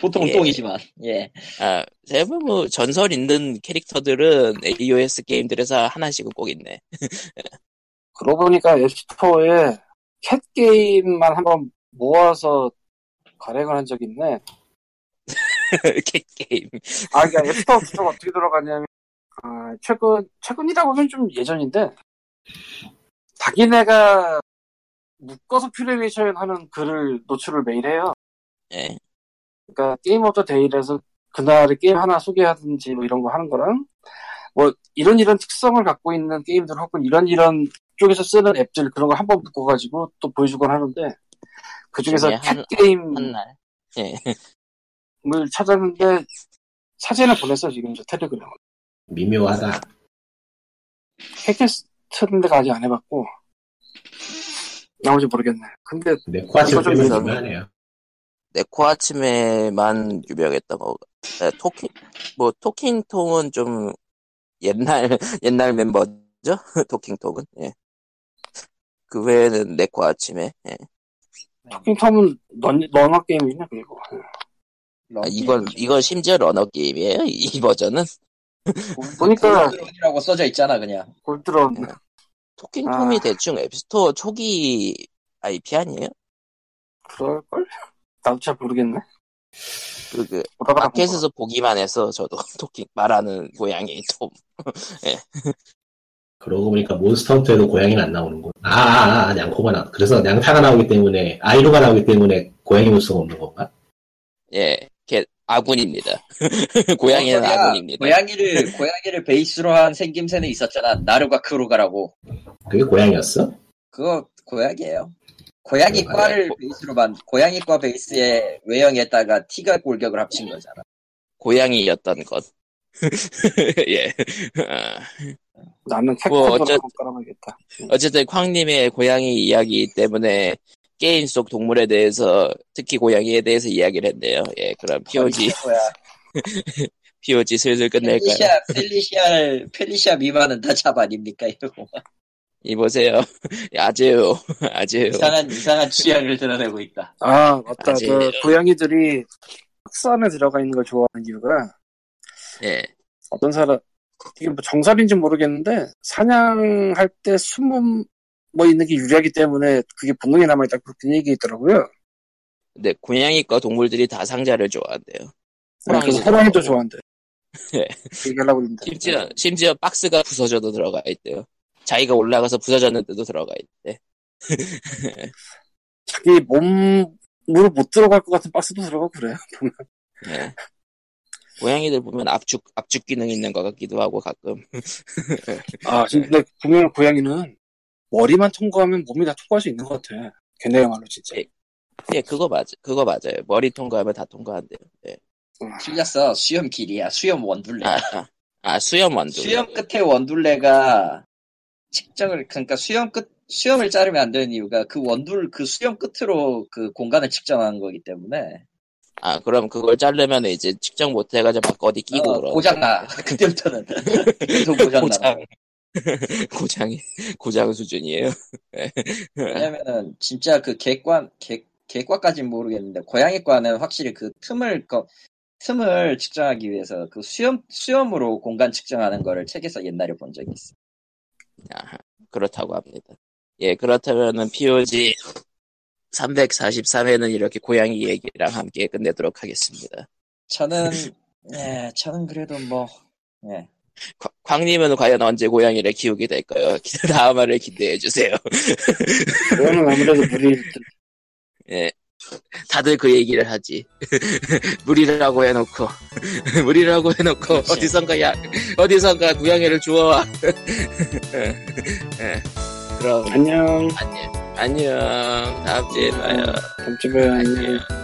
Speaker 2: 보통
Speaker 1: 네. 예.
Speaker 2: 똥이지만, 예.
Speaker 1: 아, 대부분 뭐 전설 있는 캐릭터들은 AOS 게임들에서 하나씩은 꼭 있네.
Speaker 3: 그러고 보니까 앱스토어에 캣 게임만 한번 모아서 발행을 한 적이 있네.
Speaker 1: 캣 게임.
Speaker 3: 아, 그러니까 앱스토어 구조가 어떻게 돌아가냐면, 아, 최근, 최근이라고 하면 좀 예전인데, 자기네가 묶어서 큐레이션 하는 글을 노출을 매일 해요.
Speaker 1: 예.
Speaker 3: 그러니까 게임 오브 더 데이에서 그날의 게임 하나 소개하든지 뭐 이런 거 하는 거랑 뭐 이런 이런 특성을 갖고 있는 게임들 혹은 이런 이런 쪽에서 쓰는 앱들 그런 거 한번 묶어가지고 또 보여주곤 하는데 그 중에서
Speaker 1: 중에 한-
Speaker 3: 캣 게임을
Speaker 1: 한날.
Speaker 3: 찾았는데 사진을 보냈어 지금 저 텔레그램
Speaker 4: 미묘하다.
Speaker 3: 캣캐스트인데가 아직 안 해봤고 나머지 모르겠네 근데
Speaker 4: 네코아치로
Speaker 3: 이거 좀
Speaker 4: 빼면
Speaker 3: 이상해.
Speaker 4: 미묘하네요.
Speaker 1: 네코 아침에만 유명했던 거. 네, 토킹, 뭐, 토킹통은 좀 옛날, 옛날 멤버죠? 토킹통은. 예. 그 외에는 네코 아침에. 예.
Speaker 3: 토킹텀은 런, 러너 게임이냐 그리고
Speaker 1: 아, 이건, 이건 심지어 러너 게임이에요? 이, 이 버전은?
Speaker 3: 어, 보니까
Speaker 1: 그
Speaker 2: 라고 써져 있잖아, 그냥.
Speaker 3: 골드런
Speaker 1: 토킹통이
Speaker 3: 아.
Speaker 1: 대충 앱스토어 초기 IP 아니에요?
Speaker 3: 그럴걸? 나도 잘 모르겠네
Speaker 1: 그, 그,
Speaker 3: 보다가 다 본 거라.
Speaker 1: 마켓에서 보기만 해서 저도 토킹, 말하는 고양이 톰.
Speaker 4: 그러고 보니까 몬스터헌터에도 고양이는 안 나오는군. 아, 아, 아, 양코가 나. 그래서 양타가 나오기 때문에 아이로가 나오기 때문에 고양이 몬스터가 없는 건가?
Speaker 1: 예. 걔, 아군입니다. 고양이는
Speaker 3: 어,
Speaker 2: 뭔 소리야.
Speaker 1: 아군입니다.
Speaker 2: 고양이를, 고양이를 베이스로 한 생김새는 있었잖아. 나루가 크루가라고.
Speaker 4: 그게 고양이였어?
Speaker 2: 그거 고양이에요. 고양이
Speaker 1: 네,
Speaker 4: 음,
Speaker 2: 과를 베이스로 만, 고양이과 베이스의 외형에다가 티가 골격을 합친 거잖아.
Speaker 1: 고양이였던 것. 예. 아,
Speaker 3: 나는 캡콤
Speaker 1: 뭐,
Speaker 3: 뭐,
Speaker 1: 어째-
Speaker 3: 어째... 깔아봐야겠다.
Speaker 1: 어쨌든 쾅님의 고양이 이야기 때문에 게임 속 동물에 대해서 특히 고양이에 대해서 이야기를 했네요. 예, 그럼
Speaker 2: 아,
Speaker 1: POG,
Speaker 2: 네.
Speaker 1: POG 슬슬 끝낼까요?
Speaker 2: 펠리시아, 펠리시아, 펠리시아 미만은 다 잡 아닙니까? 이러고.
Speaker 1: 이보세요. 예, 아재요. 아재요.
Speaker 2: 이상한, 이상한 취향을 드러내고 있다.
Speaker 3: 아, 맞다.
Speaker 1: 아직-
Speaker 3: 그 고양이들이 박스 안에 들어가 있는 걸 좋아하는 이유가
Speaker 1: 예.
Speaker 3: 어떤 사람, 이게 뭐 정설인지 모르겠는데, 사냥할 때 숨음 뭐 있는 게 유리하기 때문에 그게 본능이 남아있다. 그런 얘기 있더라고요.
Speaker 1: 근데 고양이과 동물들이 다 상자를 좋아한대요.
Speaker 3: 네, 그래서 호랑이도 좋아한대.
Speaker 1: 예.
Speaker 3: 얘기하려고 했는데.
Speaker 2: 네.
Speaker 1: 심지어, 심지어 박스가 부서져도 들어가 있대요. 자기가 올라가서 부서졌는데도 들어가 있대.
Speaker 3: 자기 몸으로 못 들어갈 것 같은 박스도 들어가고 그래요. 보면.
Speaker 1: 예. 고양이들 보면 압축 압축 기능 있는 것 같기도 하고 가끔.
Speaker 3: 아,
Speaker 1: 네.
Speaker 3: 근데 보면 고양이는 머리만 통과하면 몸이 다 통과할 수 있는 것 같아. 걔네야말로 진짜.
Speaker 1: 예, 그거 맞아. 그거 맞아요. 머리 통과하면 다 통과한대요. 예.
Speaker 2: 틀렸어. 수염 길이야. 수염 원둘레.
Speaker 1: 아, 아, 아, 수염 완두.
Speaker 2: 네. 수염 끝에 원둘레가 측정을 그러니까 수염 끝 수염을 자르면 안 되는 이유가 그 원둘 그 수염 끝으로 그 공간을 측정하는 거기 때문에
Speaker 1: 아, 그럼 그걸 자르면 이제 측정 못 해가지고 막 어디 끼고
Speaker 2: 어,
Speaker 1: 그러.
Speaker 2: 고장나 그때부터는 계속 고장나
Speaker 1: 고장. 고장이 고장 수준이에요.
Speaker 2: 왜냐면은 진짜 그 개관 개 개과까진 모르겠는데 고양이과는 확실히 그 틈을 거 틈을 측정하기 위해서 그 수염 수염으로 공간 측정하는 거를 책에서 옛날에 본 적이 있어.
Speaker 1: 아, 그렇다고 합니다. 예, 그렇다면은 POG 343회는 이렇게 고양이 얘기랑 함께 끝내도록 하겠습니다.
Speaker 2: 저는 예, 저는 그래도 뭐 예.
Speaker 1: 광- 광님은 과연 언제 고양이를 키우게 될까요? 다음 화를 기대해 주세요.
Speaker 3: 그거는 아무래도 무리일 듯.
Speaker 1: 다들 그 얘기를 하지. 무리라고 해놓고 무리라고 해놓고
Speaker 2: 그렇지.
Speaker 1: 어디선가 야 어디선가 고양이를 주워와. 예, 그럼
Speaker 3: 안녕.
Speaker 1: 안녕 안녕 다음 주에 봐요.
Speaker 3: 다음 주에 안녕.
Speaker 1: 안녕.